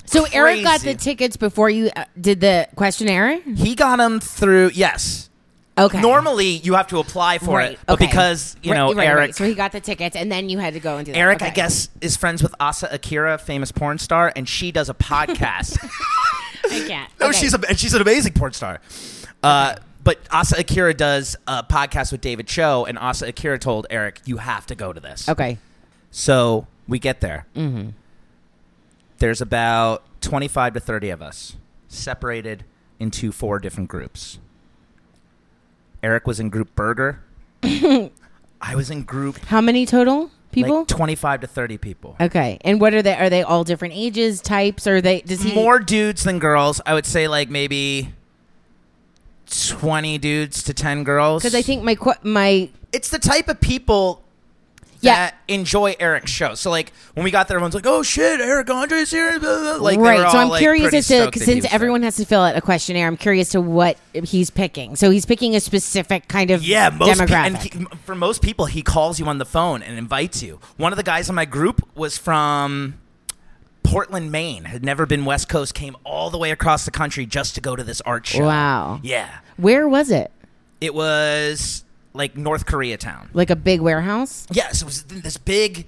so Eric got the crazy. tickets before you uh, did the questionnaire. He got them through yes. Okay. Normally you have to apply for it, but okay. because you Right, know right, right. Eric So he got the tickets, and then you had to go and do that. Eric, I Okay. guess, is friends with Asa Akira, famous porn star, and she does a podcast. I can't. no, Okay. she's a, and she's an amazing porn star. Uh, But Asa Akira does a podcast with David Cho, and Asa Akira told Eric, "You have to go to this." okay. So we get there. Mm-hmm. There's about 25 to 30 of us separated into four different groups. Eric was in group Burger. I was in group How many total people? like 25 to 30 people. okay. And what are they? Are they all different ages, types? Or are they? Does he more dudes than girls. I would say like maybe twenty dudes to ten girls. Because I think my qu- my it's the type of people yeah. that enjoy Eric's show. So like when we got there, everyone's like, "Oh shit, Eric Andre's here!" blah, blah, blah. Like they right, were so all, I'm like, curious pretty as to stoked that he since was there. everyone has to fill out a questionnaire, I'm curious to what he's picking. So he's picking a specific kind of Yeah, most pe- and demographic. he, for most people, he calls you on the phone and invites you. One of the guys in my group was from Portland, Maine, had never been West Coast, came all the way across the country just to go to this art show. wow, Yeah, where was it? it was like North Koreatown. Like a big warehouse? Yes, it was th- this big.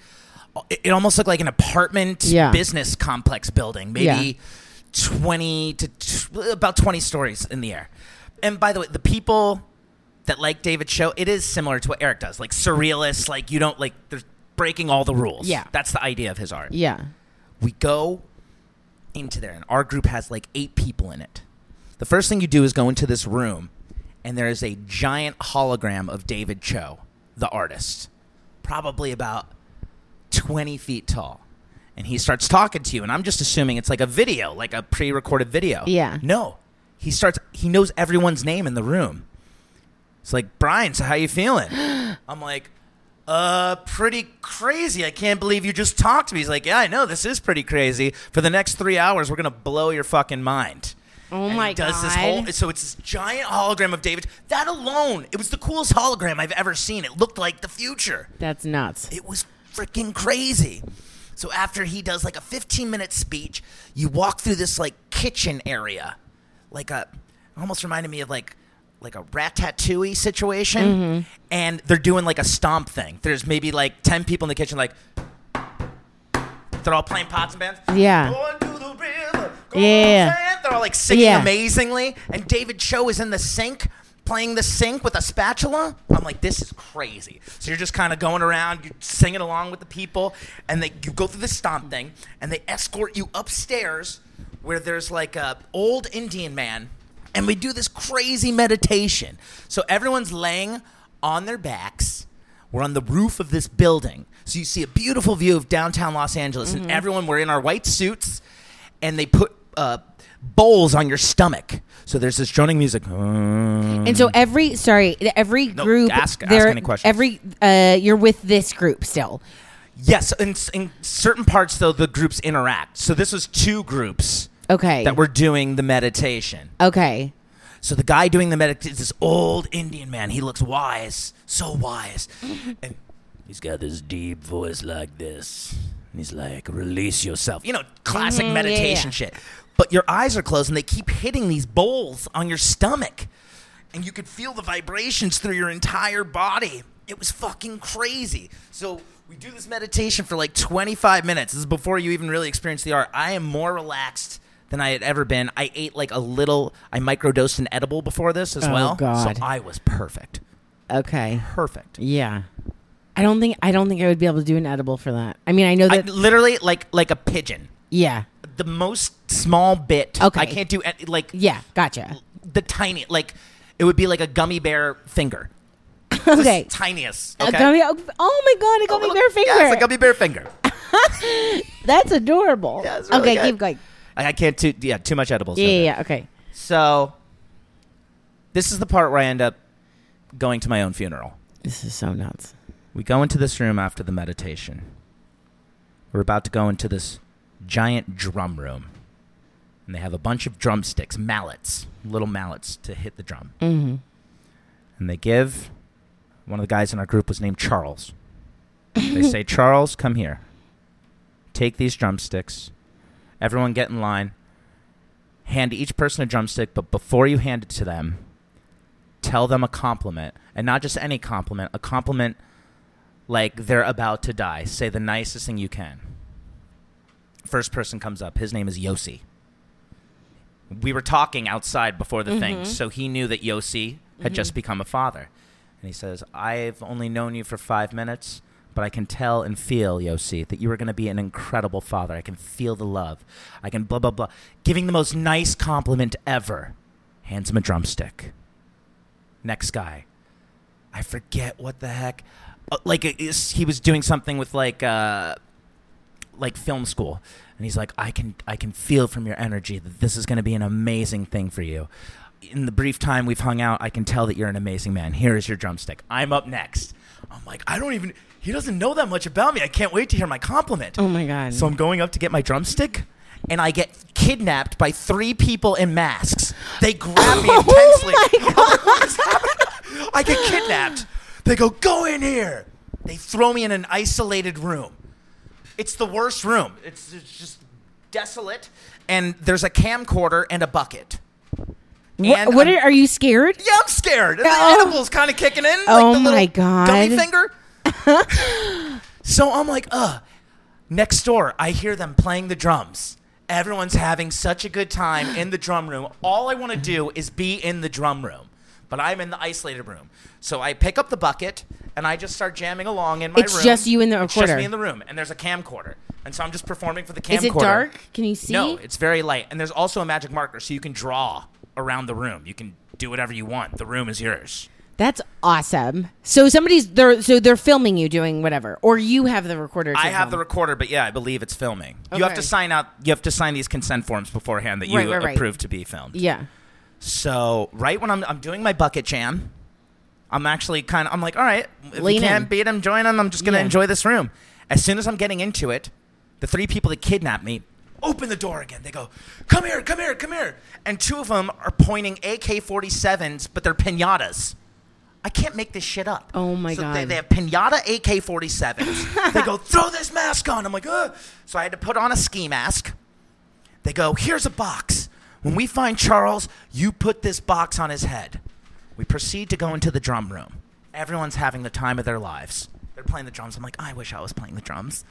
It it almost looked like an apartment Yeah. business complex building, maybe twenty to t- about twenty stories in the air. And by the way, the people that like David Show, it is similar to what Eric does, like surrealist. Like you don't like they're breaking all the rules. Yeah. that's the idea of his art. Yeah. We go into there, and our group has like eight people in it. The first thing you do is go into this room, and there is a giant hologram of David Cho, the artist, probably about 20 feet tall. And he starts talking to you, and I'm just assuming it's like a video, like a pre recorded video. Yeah. No. He starts, he knows everyone's name in the room. It's like, Brian, so how you feeling? I'm like, uh, pretty crazy. I can't believe you just talked to me. He's like, yeah, I know. This is pretty crazy. For the next three hours, we're going to blow your fucking mind. Oh And he my does god. this whole so it's this giant hologram of David. That alone, it was the coolest hologram I've ever seen. It looked like the future. That's nuts. It was freaking crazy. So after he does like a 15 minute speech, you walk through this like kitchen area, like a almost reminded me of like like a ratatouille situation, Mm-hmm. and they're doing like a stomp thing. There's maybe like 10 people in the kitchen, like they're all playing pots and pans. Yeah. Going to the river, going Yeah. to the sand. They're all like singing Yeah. amazingly, and David Cho is in the sink playing the sink with a spatula. I'm like, this is crazy. So you're just kind of going around, you're singing along with the people, and they you go through this stomp thing, and they escort you upstairs where there's like a old Indian man, and we do this crazy meditation. So everyone's laying on their backs. We're on the roof of this building. So you see a beautiful view of downtown Los Angeles, and everyone, we're in our white suits, and they put uh, bowls on your stomach. So there's this droning music. And so every sorry, every group Mm. ask- ask there- any questions. Every uh you're with this group still. Yes, in, s- in certain parts, though, the groups interact. So this was two groups Okay. that were doing the meditation. okay. So the guy doing the meditation is this old Indian man. He looks wise, so wise. And he's got this deep voice like this. And he's like, release yourself. You know, classic Mhm, yeah, meditation yeah. shit. But your eyes are closed and they keep hitting these bowls on your stomach. And you could feel the vibrations through your entire body. It was fucking crazy. So we do this meditation for like 25 minutes. This is before you even really experience the art. I am more relaxed than I had ever been. I ate like a little. I microdosed an edible before this as Oh, well. God. So I was perfect. Okay. Perfect. Yeah. I don't think I don't think I would be able to do an edible for that. I mean, I know I that. literally like like a pigeon. yeah. The most small bit. Okay. I can't do an- like Yeah. Gotcha. the tiny like it would be like a gummy bear finger. Just Okay. tiniest. A Okay. gummy- oh my god, a gummy Little- bear finger. Yeah, it's a gummy bear finger. That's adorable. Yeah, it's really okay, good. keep going. I I can't do yeah too much edibles. Yeah, no, no. yeah, yeah. Okay. So this is the part where I end up going to my own funeral. This is so nuts. We go into this room after the meditation. We're about to go into this giant drum room. And they have a bunch of drumsticks, mallets, little mallets to hit the drum. Mm-hmm. And they give one of the guys in our group was named Charles. They say, Charles, come here. Take these drumsticks. Everyone get in line. Hand each person a drumstick, but before you hand it to them, tell them a compliment. And not just any compliment, a compliment like they're about to die. Say the nicest thing you can. First person comes up. His name is Yossi. We were talking outside before the thing, so he knew that Yossi had just become a father. And he says, I've only known you for five minutes, but I can tell and feel, Yossi, that you are going to be an incredible father. I can feel the love. I can blah, blah, blah. Giving the most nice compliment ever. Hands him a drumstick. Next guy. I forget what the heck. uh, Like, it is- he was doing something with, like, uh, like film school and he's like i can i can feel from your energy that this is going to be an amazing thing for you in the brief time we've hung out i can tell that you're an amazing man here is your drumstick i'm up next i'm like i don't even he doesn't know that much about me i can't wait to hear my compliment Oh my god. so i'm going up to get my drumstick and I get kidnapped by three people in masks. They grab me intensely. What is happening? I get kidnapped. They go, go in here. They throw me in an isolated room. It's the worst room. It's, it's just desolate. And there's a camcorder and a bucket. what, and what I'm- are, are you scared? Yeah, I'm scared. And the Oh. edibles kind of kicking in. Oh like the my little Gummy God. finger. so I'm like, uh. Next door, I hear them playing the drums. Everyone's having such a good time in the drum room. All I want to do is be in the drum room, but I'm in the isolated room. So I pick up the bucket and I just start jamming along in my It's room. just you in the It's just recorder. me in the room, and there's a camcorder, and so I'm just performing for the camcorder. Is it dark? Can you see? No, it's very light. And there's also a magic marker, so you can draw around the room. You can do whatever you want. The room is yours. That's awesome. So somebody's they're so they're filming you doing whatever, or you have the recorder. to I have the film. recorder, but yeah, I believe it's filming. You have Okay. to sign out. You have to sign these consent forms beforehand that you Right, right, right. approve to be filmed. yeah. So right when I'm I'm doing my bucket jam, I'm actually kind of I'm like, all right, if Lean we in. can't beat him, join him. I'm just gonna Yeah. enjoy this room. As soon as I'm getting into it, the three people that kidnapped me open the door again. They go, come here, come here, come here, and two of them are pointing AK-47s, but they're pinatas. I can't make this shit up. Oh my so They, God. they have pinata AK-47s. they go, throw this mask on. I'm like, Ugh. so I had to put on a ski mask. They go, here's a box. When we find Charles, you put this box on his head. We proceed to go into the drum room. Everyone's having the time of their lives. They're playing the drums. I'm like, I wish I was playing the drums.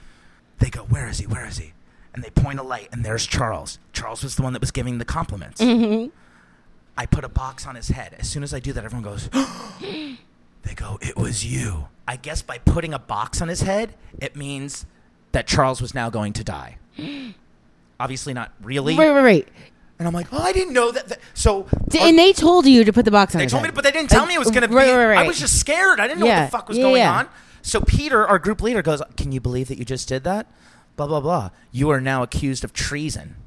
They go, where is he? Where is he? And they point a light, and there's Charles. Charles was the one that was giving the compliments. Mm-hmm. I put a box on his head. As soon as I do that, everyone goes, they go, it was you. I guess by putting a box on his head, it means that Charles was now going to die. Obviously, not really. Right, right, right. And I'm like, oh, I didn't know that. that- So D- and they told you to put the box on. they his told me, head. but they didn't tell me it was going to be. Right, right, right. I was just scared. I didn't know Yeah, what the fuck was yeah, going yeah. on. So Peter, our group leader, goes, "Can you believe that you just did that? Blah blah blah. You are now accused of treason."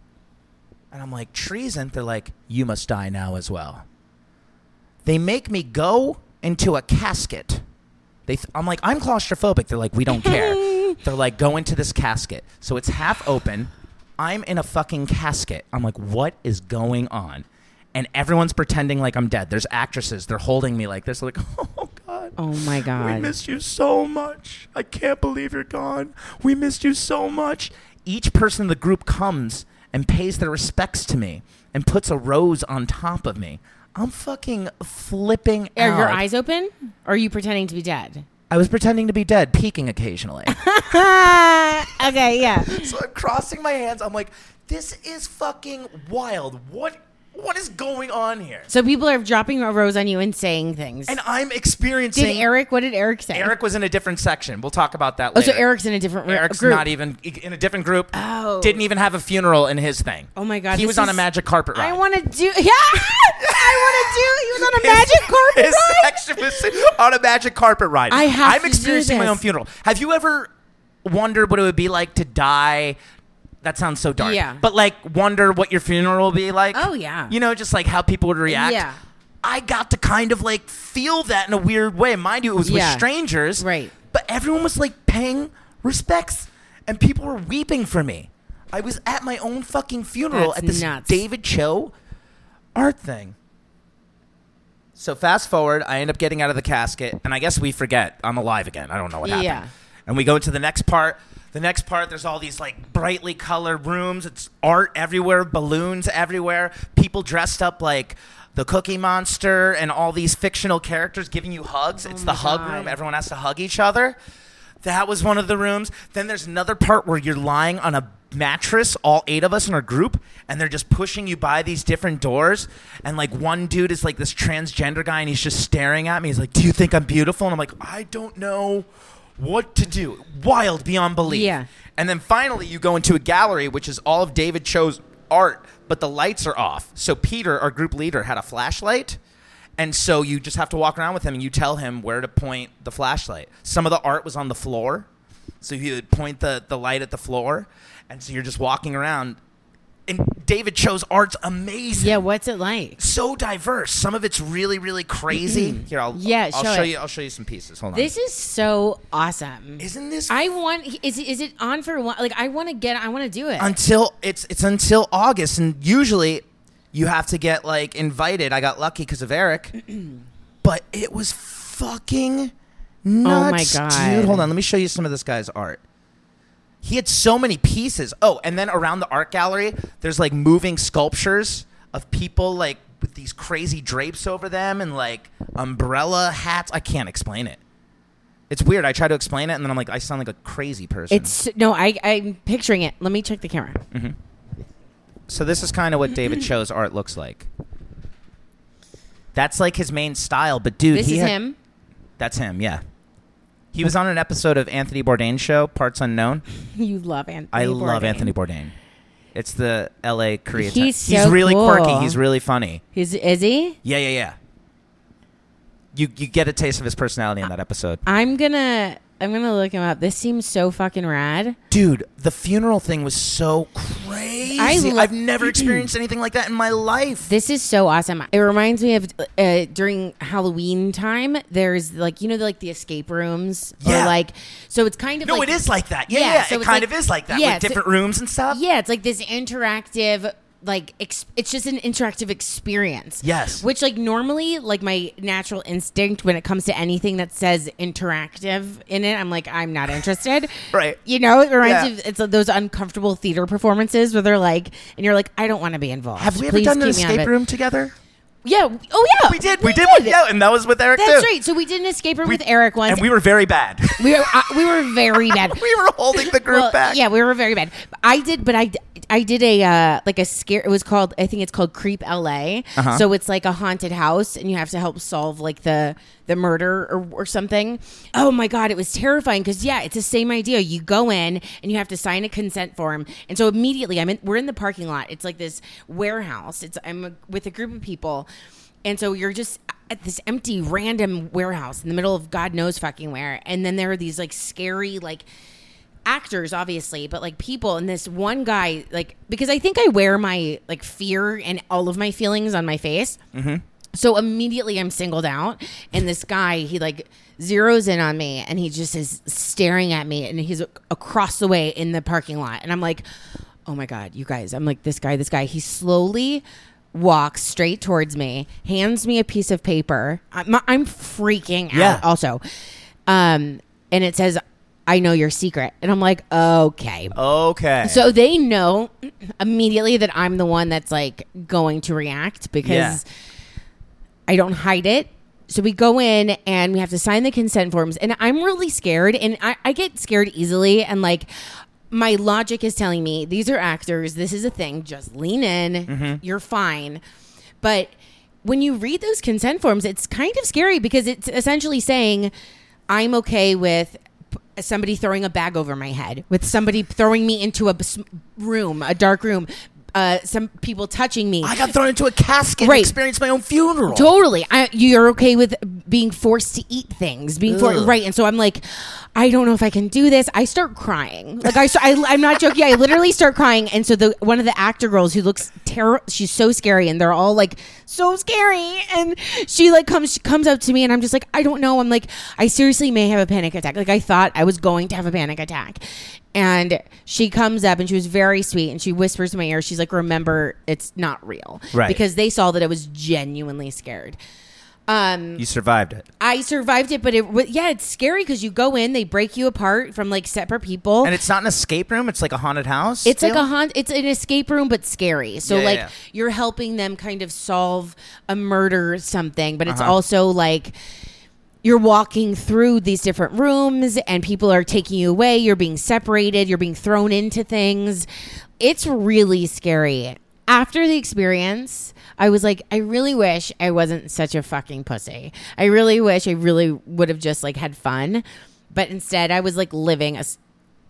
And I'm like, "Treason?" They're like, "You must die now as well." They make me go into a casket. They th- I'm like, "I'm claustrophobic." They're like, "We don't care." They're like, "Go into this casket." So it's half open. I'm in a fucking casket. I'm like, "What is going on?" And everyone's pretending like I'm dead. There's actresses. They're holding me like this. They're like, "Oh god." Oh my We god. missed you so much. I can't believe you're gone. We missed you so much. Each person in the group comes and pays their respects to me and puts a rose on top of me. I'm fucking flipping Are out. your eyes open? Or are you pretending to be dead? I was pretending to be dead, peeking occasionally. okay, yeah. so I'm crossing my hands. I'm like, this is fucking wild. What what is going on here? So people are dropping a rose on you and saying things. And I'm did experiencing Eric? What did Eric say? Eric was in a different section. We'll talk about that Oh, later. so Eric's in a different r- Eric's group. not even in a different group. Oh. Didn't even have a funeral in his thing. Oh my God, He this was on a is- magic carpet ride. I want to do. Yeah, I want to do. He was on a magic carpet his ride. section was on a magic carpet ride. I have I'm to do experiencing my this. own funeral. Have you ever wondered what it would be like to die? That sounds so dark. Yeah. But like, wonder what your funeral will be like. Oh, yeah. You know, just like how people would react. Yeah. I got to kind of like feel that in a weird way. Mind you, it was Yeah. with strangers. Right. But everyone was like paying respects, and people were weeping for me. I was at my own fucking funeral That's at this nuts. David Cho art thing. So fast forward, I end up getting out of the casket, and I guess we forget I'm alive again. I don't know what happened. Yeah. And we go to the next part. The next part, there's all these like brightly colored rooms. It's art everywhere, balloons everywhere, people dressed up like the Cookie Monster and all these fictional characters giving you hugs. it's the Oh my hug God. room. Everyone has to hug each other. That was one of the rooms. Then there's another part where you're lying on a mattress, all eight of us in our group, and they're just pushing you by these different doors. And like one dude is like this transgender guy, and he's just staring at me. He's like, "Do you think I'm beautiful?" And I'm like, "I don't know what to do." Wild beyond belief. Yeah. And then finally, you go into a gallery, which is all of David Cho's art, but the lights are off. So Peter, our group leader, had a flashlight. And so you just have to walk around with him and you tell him where to point the flashlight. Some of the art was on the floor. So he would point the, the light at the floor. And so you're just walking around. And David Cho's art's amazing. Yeah, what's it like? So diverse. Some of it's really, really crazy. Here, I'll, Yeah, I'll show show, it. you I'll show you some pieces. Hold on. This is so awesome. Isn't this I want. Is is it on for one? Like I want to get. I want to do it. until it's it's until August, and usually you have to get like invited. I got lucky because of Eric, but it was fucking Oh my nuts, God. dude. Hold on, let me show you some of this guy's art. He had so many pieces. Oh, and then around the art gallery, there's like moving sculptures of people like with these crazy drapes over them and like umbrella hats. I can't explain it. It's weird. I try to explain it, and then I'm like, I sound like a crazy person. It's no. I I'm picturing it. Let me check the camera. So this is kind of what David Cho's art looks like. That's like his main style, but dude, This he is had- him. That's him, yeah. He was on an episode of Anthony Bourdain show, Parts Unknown. You love Anthony. I love Bourdain. Anthony Bourdain. It's the LA creative. He's so he's really cool. quirky, he's really funny. Is is he? Yeah, yeah, yeah. You you get a taste of his personality in that episode. I'm gonna I'm gonna look him up. This seems so fucking rad. Dude, the funeral thing was so crazy. I lo- I've never experienced anything like that in my life. This is so awesome. It reminds me of uh, during Halloween time. There's like you know like the escape rooms or Yeah. like so it's kind of no, like, it is like that. Yeah, Yeah, yeah, so it it's kind like- of is like that yeah, with so- different rooms and stuff. Yeah, it's like this interactive like ex- it's just an interactive experience. Yes. Which like normally like my natural instinct when it comes to anything that says interactive in it, I'm like I'm not interested. Right. You know, it reminds Yeah. me of it's like those uncomfortable theater performances where they're like and you're like I don't want to be involved. Have we ever Please done an keep me out of escape it." room together? Yeah. Oh yeah. We did. We, did. one- Yeah, and that was with Eric That's too. right. So we did an escape room We- with Eric once. and we were very bad. we were, uh, we were very bad. we were holding the group Well, back. Yeah, we were very bad. I did, but I, d- I did a uh, like a scare. It was called I think it's called Creep LA. Uh-huh. So it's like a haunted house, and you have to help solve like the the murder or, or something. Oh my god, it was terrifying because yeah, it's the same idea. You go in and you have to sign a consent form, and so immediately I'm in. We're in the parking lot. It's like this warehouse. It's I'm with a group of people, and so you're just at this empty random warehouse in the middle of God knows fucking where, and then there are these like scary like actors obviously but like people and this one guy like because i think i wear my like fear and all of my feelings on my face so immediately i'm singled out and this guy he like zeroes in on me and he just is staring at me and he's across the way in the parking lot and i'm like oh my god you guys i'm like this guy this guy he slowly walks straight towards me hands me a piece of paper i'm, I'm freaking Yeah. out also um and it says i know your secret and i'm like okay Okay. so they know immediately that i'm the one that's like going to react because Yeah. i don't hide it So we go in and we have to sign the consent forms. And I'm really scared. And I, I get scared easily. And like, my logic is telling me these are actors. This is a thing. Just lean in. You're fine. But when you read those consent forms, it's kind of scary because it's essentially saying, I'm okay with p- somebody throwing a bag over my head, with somebody throwing me into a bes- room, a dark room, uh, some people touching me. I got thrown into a casket Right. and experienced my own funeral. Totally. I, you're okay with being forced to eat things, being for, Ugh. right. And so I'm like, I don't know if I can do this. I start crying. Like I, st- I am not joking. I literally start crying. And so the one of the actor girls who looks terrible, she's so scary, and they're all like so scary. And she like comes she comes up to me, and I'm just like, I don't know. I'm like, I seriously may have a panic attack. Like I thought I was going to have a panic attack. And she comes up and she was very sweet and she whispers in my ear, she's like, Remember, it's not real. Right. Because they saw that I was genuinely scared. Um, You survived it. I survived it, but it wa- yeah, it's scary because you go in, they break you apart from like separate people. And it's not an escape room, it's like a haunted house. it's like deal? a haunt. It's an escape room, but scary. So Yeah, yeah, like yeah. you're helping them kind of solve a murder or something, but it's Uh-huh. also like you're walking through these different rooms and people are taking you away. You're being separated. You're being thrown into things. It's really scary. After the experience, I was like, I really wish I wasn't such a fucking pussy. I really wish I really would have just like had fun. But instead, I was like living a s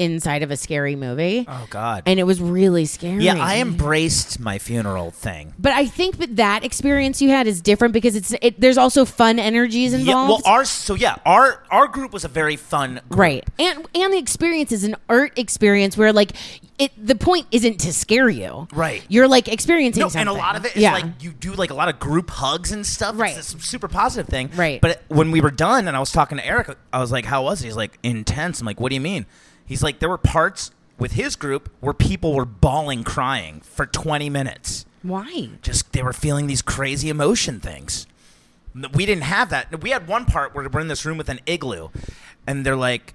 inside of a scary movie. Oh, God. And it was really scary. yeah, I embraced my funeral thing. But I think that that experience you had is different because it's it, there's also fun energies involved. Yeah, well, our so yeah, our our group was a very fun group. Right. And and the experience is an art experience where like it the point isn't to scare you. Right. You're like experiencing No, something. and a lot of it is yeah. like you do like a lot of group hugs and stuff. Right. It's a super positive thing. Right. But when we were done and I was talking to Eric, I was like, How was it? He's like, intense. I'm like, What do you mean? He's like, There were parts with his group where people were bawling crying for twenty minutes. Why? Just they were feeling these crazy emotion things. We didn't have that. We had one part where we're in this room with an igloo, and they're like,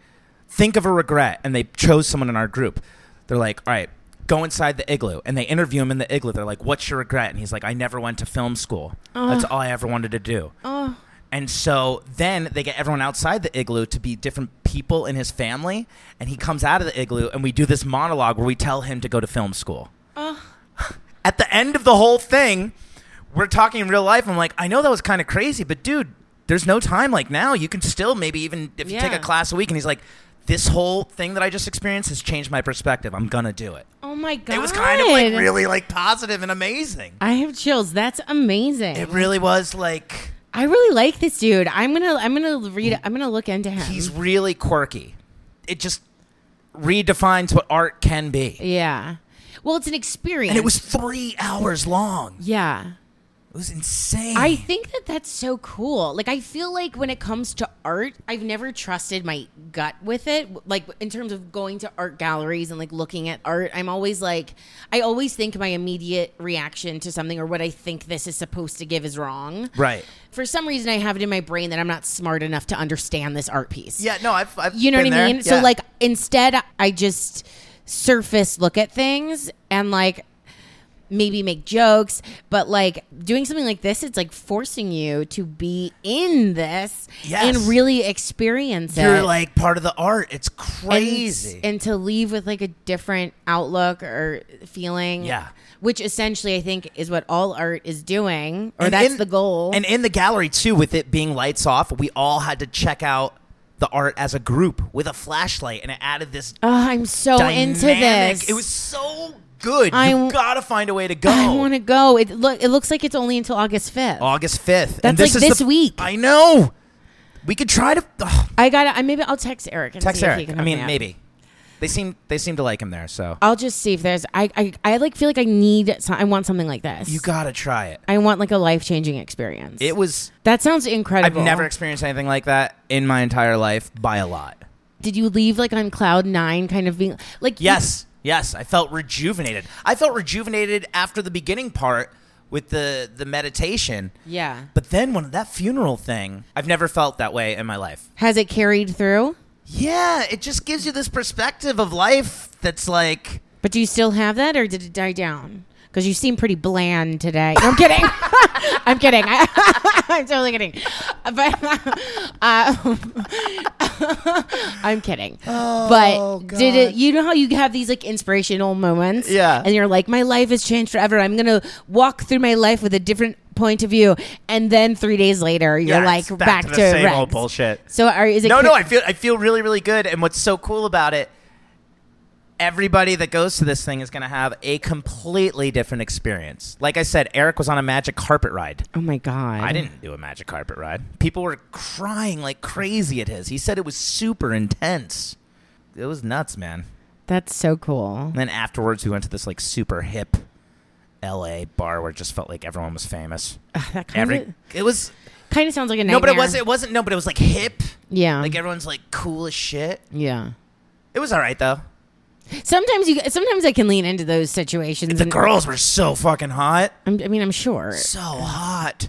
think of a regret. And they chose someone in our group. They're like, all right, go inside the igloo. And they interview him in the igloo. They're like, what's your regret? And he's like, I never went to film school. That's all I ever wanted to do. And so then they get everyone outside the igloo to be different people in his family. And he comes out of the igloo, and we do this monologue where we tell him to go to film school. At the end of the whole thing, we're talking in real life. I'm like, I know that was kind of crazy, but dude, there's no time like now. You can still maybe even if you take Yeah. a class a week. And he's like, this whole thing that I just experienced has changed my perspective. I'm gonna do it. Oh my god. It was kind of like really like positive and amazing. I have chills. That's amazing. It really was like I really like this dude. I'm going to I'm going to read I'm going to look into him. he's really quirky. It just redefines what art can be. yeah. Well, it's an experience. And it was three hours long. Yeah. It was insane. I think that that's so cool. Like, I feel like when it comes to art, I've never trusted my gut with it. Like, in terms of going to art galleries and like looking at art, I'm always like, I always think my immediate reaction to something or what I think this is supposed to give is wrong. right. For some reason, I have it in my brain that I'm not smart enough to understand this art piece. Yeah. No. I've. I've You know what I been there. mean? So Yeah. like instead I just surface look at things and like maybe make jokes, but like doing something like this, it's like forcing you to be in this Yes. and really experience you're it. like part of the art. It's and- crazy. And, to leave with like a different outlook or feeling. Yeah. Which essentially I think is what all art is doing. Or And that's in- the goal. And in the gallery too, with it being lights off, we all had to check out the art as a group with a flashlight, and it added this oh, I'm so dynamic. into this. It was so good. I- you gotta find a way to go. I want to go. It look. It looks like it's only until August fifth. August fifth. and That's this like is this the- week. I know. We could try to ugh, I got. I maybe I'll text Eric. And text see if he Eric. can I Uh, hook mean, me up. maybe they seem they seem to like him there. So I'll just see if there's. I. I. I like feel like I need. So, I want something like this. you gotta try it. I want like a life changing experience. It was. that sounds I've incredible. never experienced anything like that in my entire life by a lot. Did you leave like on cloud nine, kind of being like you- Yes, yes, I felt rejuvenated. I felt rejuvenated after the beginning part with the the meditation. yeah. But then when that funeral thing, I've never felt that way in my life. Has it carried through? Yeah, it just gives you this perspective of life that's like But do you still have that, or did it die down? because you seem pretty bland today. No, I'm kidding. I'm kidding. I, am totally kidding. But uh, I'm kidding. Oh, but did it? God. You know how you have these like inspirational moments, Yeah. and you're like, my life has changed forever. I'm gonna walk through my life with a different point of view, and then three days later, you're Yeah, it's like back, to the same Rex. old bullshit. So, are is it? No, co- no, I feel I feel really, really good. And what's so cool about it, everybody that goes to this thing is gonna have a completely different experience. Like I said, Eric was on a magic carpet ride. Oh my god! I didn't do a magic carpet ride. People were crying like crazy at his. He said it was super intense. It was nuts, man. That's so cool. And then afterwards, we went to this like super hip L.A. bar where it just felt like everyone was famous. Ugh, that kind Every of it was kind of sounds like a nightmare. no, but it wasn't. It wasn't no, but it was like hip. Yeah. Like everyone's like cool as shit. yeah. It was all right though. Sometimes you. Sometimes I can lean into those situations. The and girls were so fucking hot. I'm, I mean, I'm sure. So hot.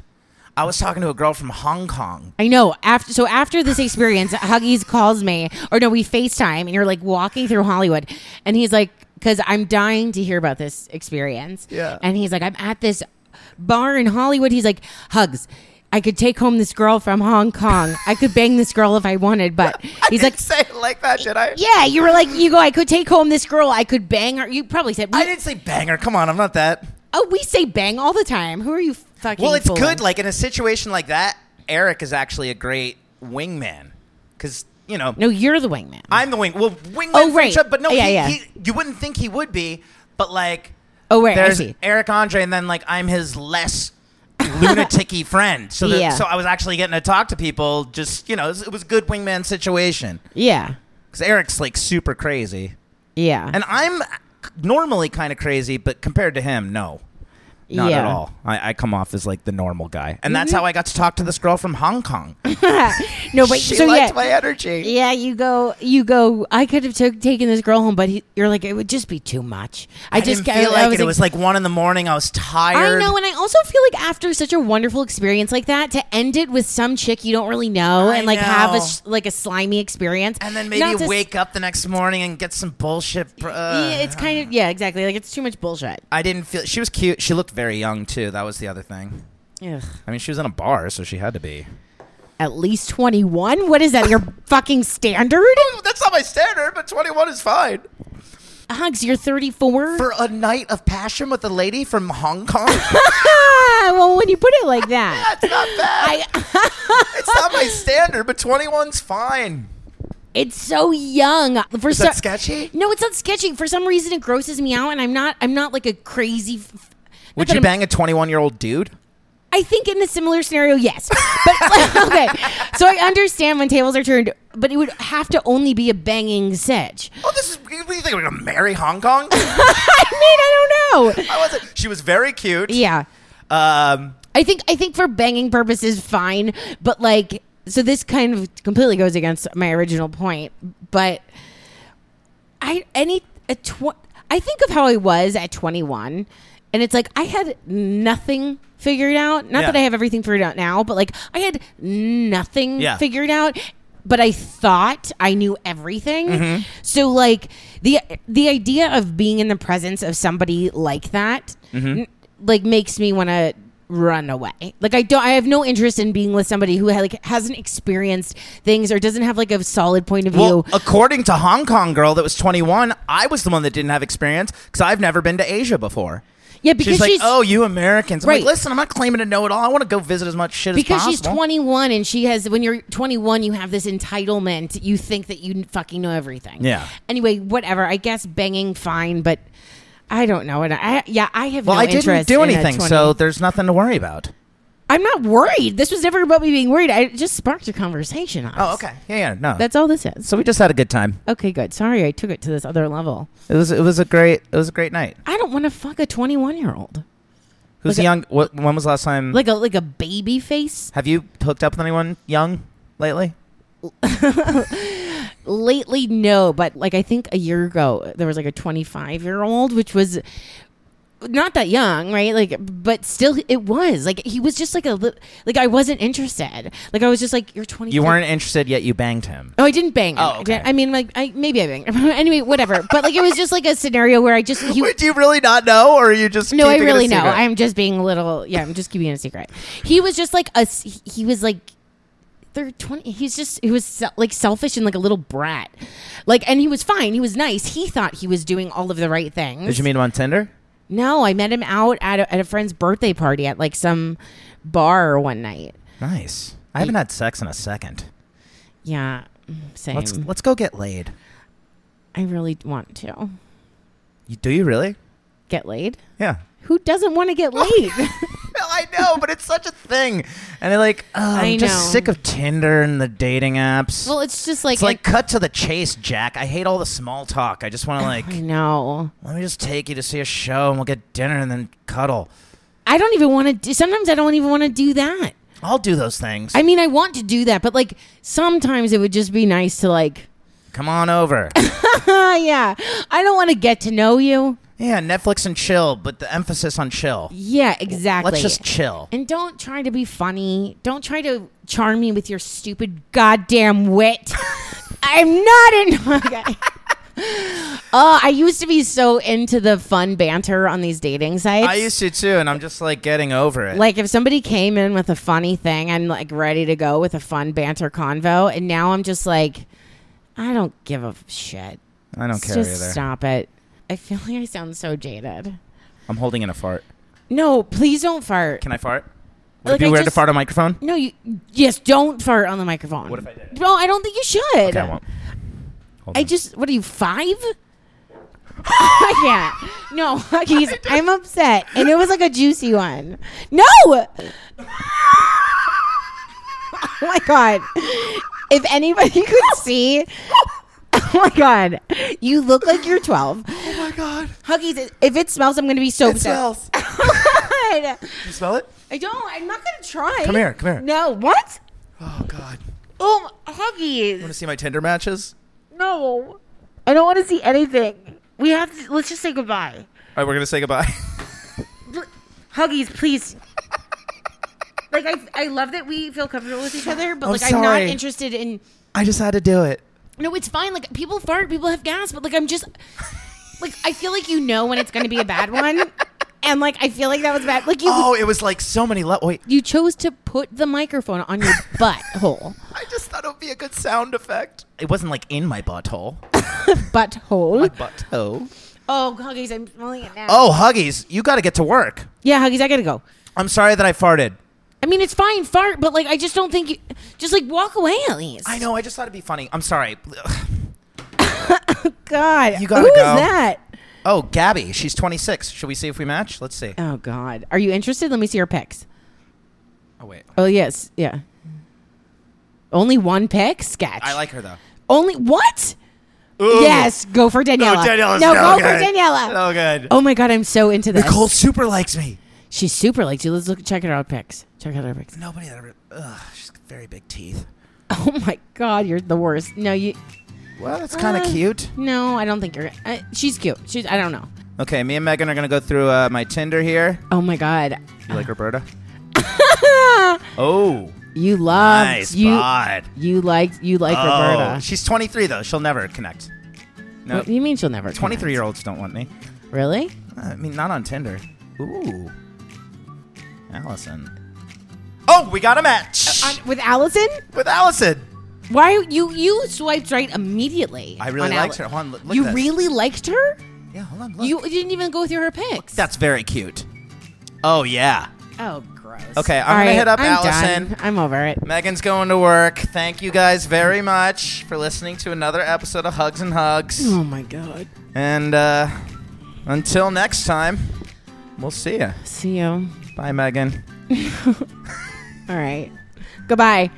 I was talking to a girl from Hong Kong. I know. After so after this experience, Huggies calls me, or no, we FaceTime, and you're like walking through Hollywood, and he's like, "Cause I'm dying to hear about this experience." Yeah. And he's like, "I'm at this bar in Hollywood." He's like, "Hugs." I could take home this girl from Hong Kong. I could bang this girl if I wanted, but he's like, say it like that, did I? "Yeah, you were like, you go. I could take home this girl. I could bang her." You probably said, I didn't say banger. Come on, I'm not that. "Oh, we say bang all the time." Who are you fucking? Well, it's fooling? good. Like in a situation like that, Eric is actually a great wingman because you know no, you're the wingman. I'm the wing. Well, wingman. Oh, for right. each other, but no, Yeah, he, yeah. He, you wouldn't think he would be, but like oh, right. I there's see. Eric Andre, and then like I'm his less lunaticy friend. So that, Yeah. so I was actually getting to talk to people. Just you know, it was, it was a good wingman situation Yeah, because Eric's like super crazy, yeah, and I'm normally kind of crazy, but compared to him, no. Not yeah. Mm-hmm. at all. I, I come off as like the normal guy, and that's how I got to talk to this girl from Hong Kong. No, but she so liked yeah, my energy. yeah. You go, you go. I could have took taken this girl home, but he, you're like, it would just be too much. I, I, just didn't ca- feel like I it. it was like one in the morning. I was I tired. know, and I also feel like after such a wonderful experience like that, to end it with some chick you don't really know I and like have a know. sh- like a slimy experience, and then Not maybe to s- wake up the next morning and get some bullshit. br- Uh, Yeah, it's kind of yeah, exactly. Like it's too much bullshit. I didn't feel. She was cute. She looked very young too. That was the other thing. Ugh. I mean, she was in a bar, so she had to be. At least twenty one. What is that? Your fucking standard? That's not my standard, but twenty-one is fine Hugs, you're thirty four. for a night of passion with a lady from Hong Kong. Ah, well, when you put it like that, That's not bad. I. it's not my standard, but 21's fine. It's so young. For Is that so- sketchy? No, it's not sketchy. For some reason, it grosses me out, and I'm not. I'm not like a crazy. F- not Would that you I'm- bang a 21-year-old dude? I think in a similar scenario, yes. But okay, so I understand when tables are turned, but it would have to only be a banging sitch. Oh, this is. What do you think we're gonna marry Hong Kong? I mean, I don't know. I wasn't. She was very cute. Yeah, Um, I think I think for banging purposes, fine. But like, so this kind of completely goes against my original point. But I any a tw- I think of how I was at 21, and it's like I had nothing figured out. Not Yeah. that I have everything figured out now, but like I had nothing Yeah. figured out. But I thought I knew everything. Mm-hmm. So like the the idea of being in the presence of somebody like that, Mm-hmm. n- like makes me want to run away. Like I don't. I have no interest in being with somebody who ha- like hasn't experienced things or doesn't have like a solid point of view. well, according to Hong Kong girl that was 21, I was the one that didn't have experience because I've never been to Asia before. yeah, because she's like, "Oh, you Americans!" I'm Right. like, "Listen, I'm not claiming to know it all. I want to go visit as much shit because as possible." she's 21 and she has when you're 21 you have this entitlement you think that you fucking know everything Yeah. anyway whatever i guess banging fine but i don't know and i yeah i have Well, no I didn't interest do in a anything, 20 so there's nothing to worry about. i'm not worried this was never about me being worried i just sparked a conversation on Oh, okay, yeah, yeah, no. that's all this is so we just had a good time. okay good sorry i took it to this other level It was it was a great it was a great night. i don't want to fuck a 21 year old Who's Like a- young? What, when was the last time? like a like a baby face have you hooked up with anyone young lately? lately no but like i think a year ago there was like a 25 year old which was not that young, right? Like, but still, it was like he was just like a li- like I wasn't interested. Like I was just like you're 20. You weren't interested yet. You banged him. Oh, I didn't bang. Him. Oh, okay. I mean, like I maybe I banged. Him. anyway, whatever. But like it was just like a scenario where I just he, Wait, do you really not know, or are you just no, I keeping it a really know. secret? I'm just being a little. Yeah, I'm just keeping it a secret. He was just like us. He was like. They're 20. He's just, he was se- like selfish and like a little brat. Like, and he was fine. He was nice. He thought he was doing all of the right things. Did you meet him on Tinder? No, I met him out at a, at a friend's birthday party at like some bar one night. Nice. I haven't had sex in a second. Yeah, mm, same. Let's let's go get laid. I really want to You, do you really? get laid. Yeah. Who doesn't want to get laid? Well, I know, but it's such a thing, and I like. Oh, I'm I know. just sick of Tinder and the dating apps. well, it's just like, it's like cut to the chase, Jack. I hate all the small talk. I just want to like. I know. Let me just take you to see a show, and we'll get dinner, and then cuddle. I don't even want to. do Sometimes I don't even want to do that. I'll do those things. I mean, I want to do that, but like sometimes it would just be nice to like, Come on over. ah, yeah, I don't want to get to know you. yeah, Netflix and chill, but the emphasis on chill. Yeah, exactly. Let's just chill. and don't try to be funny. Don't try to charm me with your stupid goddamn wit. I'm not in. Okay. Oh, I used to be so into the fun banter on these dating sites. I used to too, and I'm just like getting over it. like if somebody came in with a funny thing, I'm like ready to go with a fun banter convo, and now I'm just like, I don't give a shit. I don't care just either. stop it. I feel like I sound so jaded. I'm holding in a fart. No, please don't fart. Can I fart? Would Like, it be I weird just- to fart on microphone? no, you yes, don't fart on the microphone. What if I did? No, I don't think you should. Okay, I won't. Hold I on. just what are you five? I can't. No, he's, I'm upset, and it was like a juicy one. No. oh my god! If anybody could see, oh my god, you look like you're 12. Oh my god! Huggies, if it smells, I'm gonna be so upset. God. You smell it? I don't. I'm not gonna try. Come here, come here. No. What? Oh god! Oh, Huggies. Want to see my Tinder matches? No. I don't want to see anything. We have to. Let's just say goodbye. All right, we're gonna say goodbye. L- Huggies, please. like I, I love that we feel comfortable with each other, but I'm like I'm not sorry. interested in. I just had to do it. No, it's fine. Like people fart, people have gas, but like I'm just like I feel like you know when it's going to be a bad one, and like I feel like that was bad. Like you Oh, it was like so many. Le- Wait, you chose to put the microphone on your butthole, I just thought it would be a good sound effect. It wasn't like in my butthole. butthole. butthole. Oh, Huggies, I'm smelling it now. Oh, Huggies, you got to get to work. Yeah, Huggies, I gotta go. I'm sorry that I farted. I mean, it's fine, fart, but like I just don't think you just like walk away at least. I know. I just thought it'd be funny. I'm sorry. God, You gotta who is go. that? Oh, Gabby, she's 26. Should we see if we match? Let's see. Oh God, are you interested? Let me see your pics. Oh wait, Oh yes, yeah. Only one pic sketch. I like her though. only what? Yes, go for Daniela. no, go for Daniela. So good. Oh my God, I'm so into this. Nicole super likes me. She's super like you. Let's look, check out our pics. Check out our pics. Nobody that ever. Ugh, she's got very big teeth. Oh my God, you're the worst. No, you. Well, that's kind of Uh. cute. No, I don't think you're. Uh, she's cute. She's. I don't know. Okay, me and Megan are gonna go through uh, my Tinder here. Oh my God. You like Roberta? oh, You love nice Um, you. bod. You liked you like Oh, Roberta. she's 23 though. She'll never connect. No, What do you mean she'll never? 23 year olds don't want me. Uh, connect? Really? I mean, not on Tinder. Ooh, Allison. Oh, we got a match Uh, On, with Allison? with Allison. Why you you swiped right immediately? I really on liked Alli- her. Hold on, look- look you at this. really liked her? Yeah, hold on. Look. You didn't even go through her pics. That's very cute. Oh yeah. oh gross. Okay, I'm All gonna hit up I'm Allison. done. I'm over it. Megan's going to work. Thank you guys very much for listening to another episode of Hugs and Hugs. Oh my god. And uh, until next time, we'll see ya. See you. Bye, Megan. All right. Goodbye.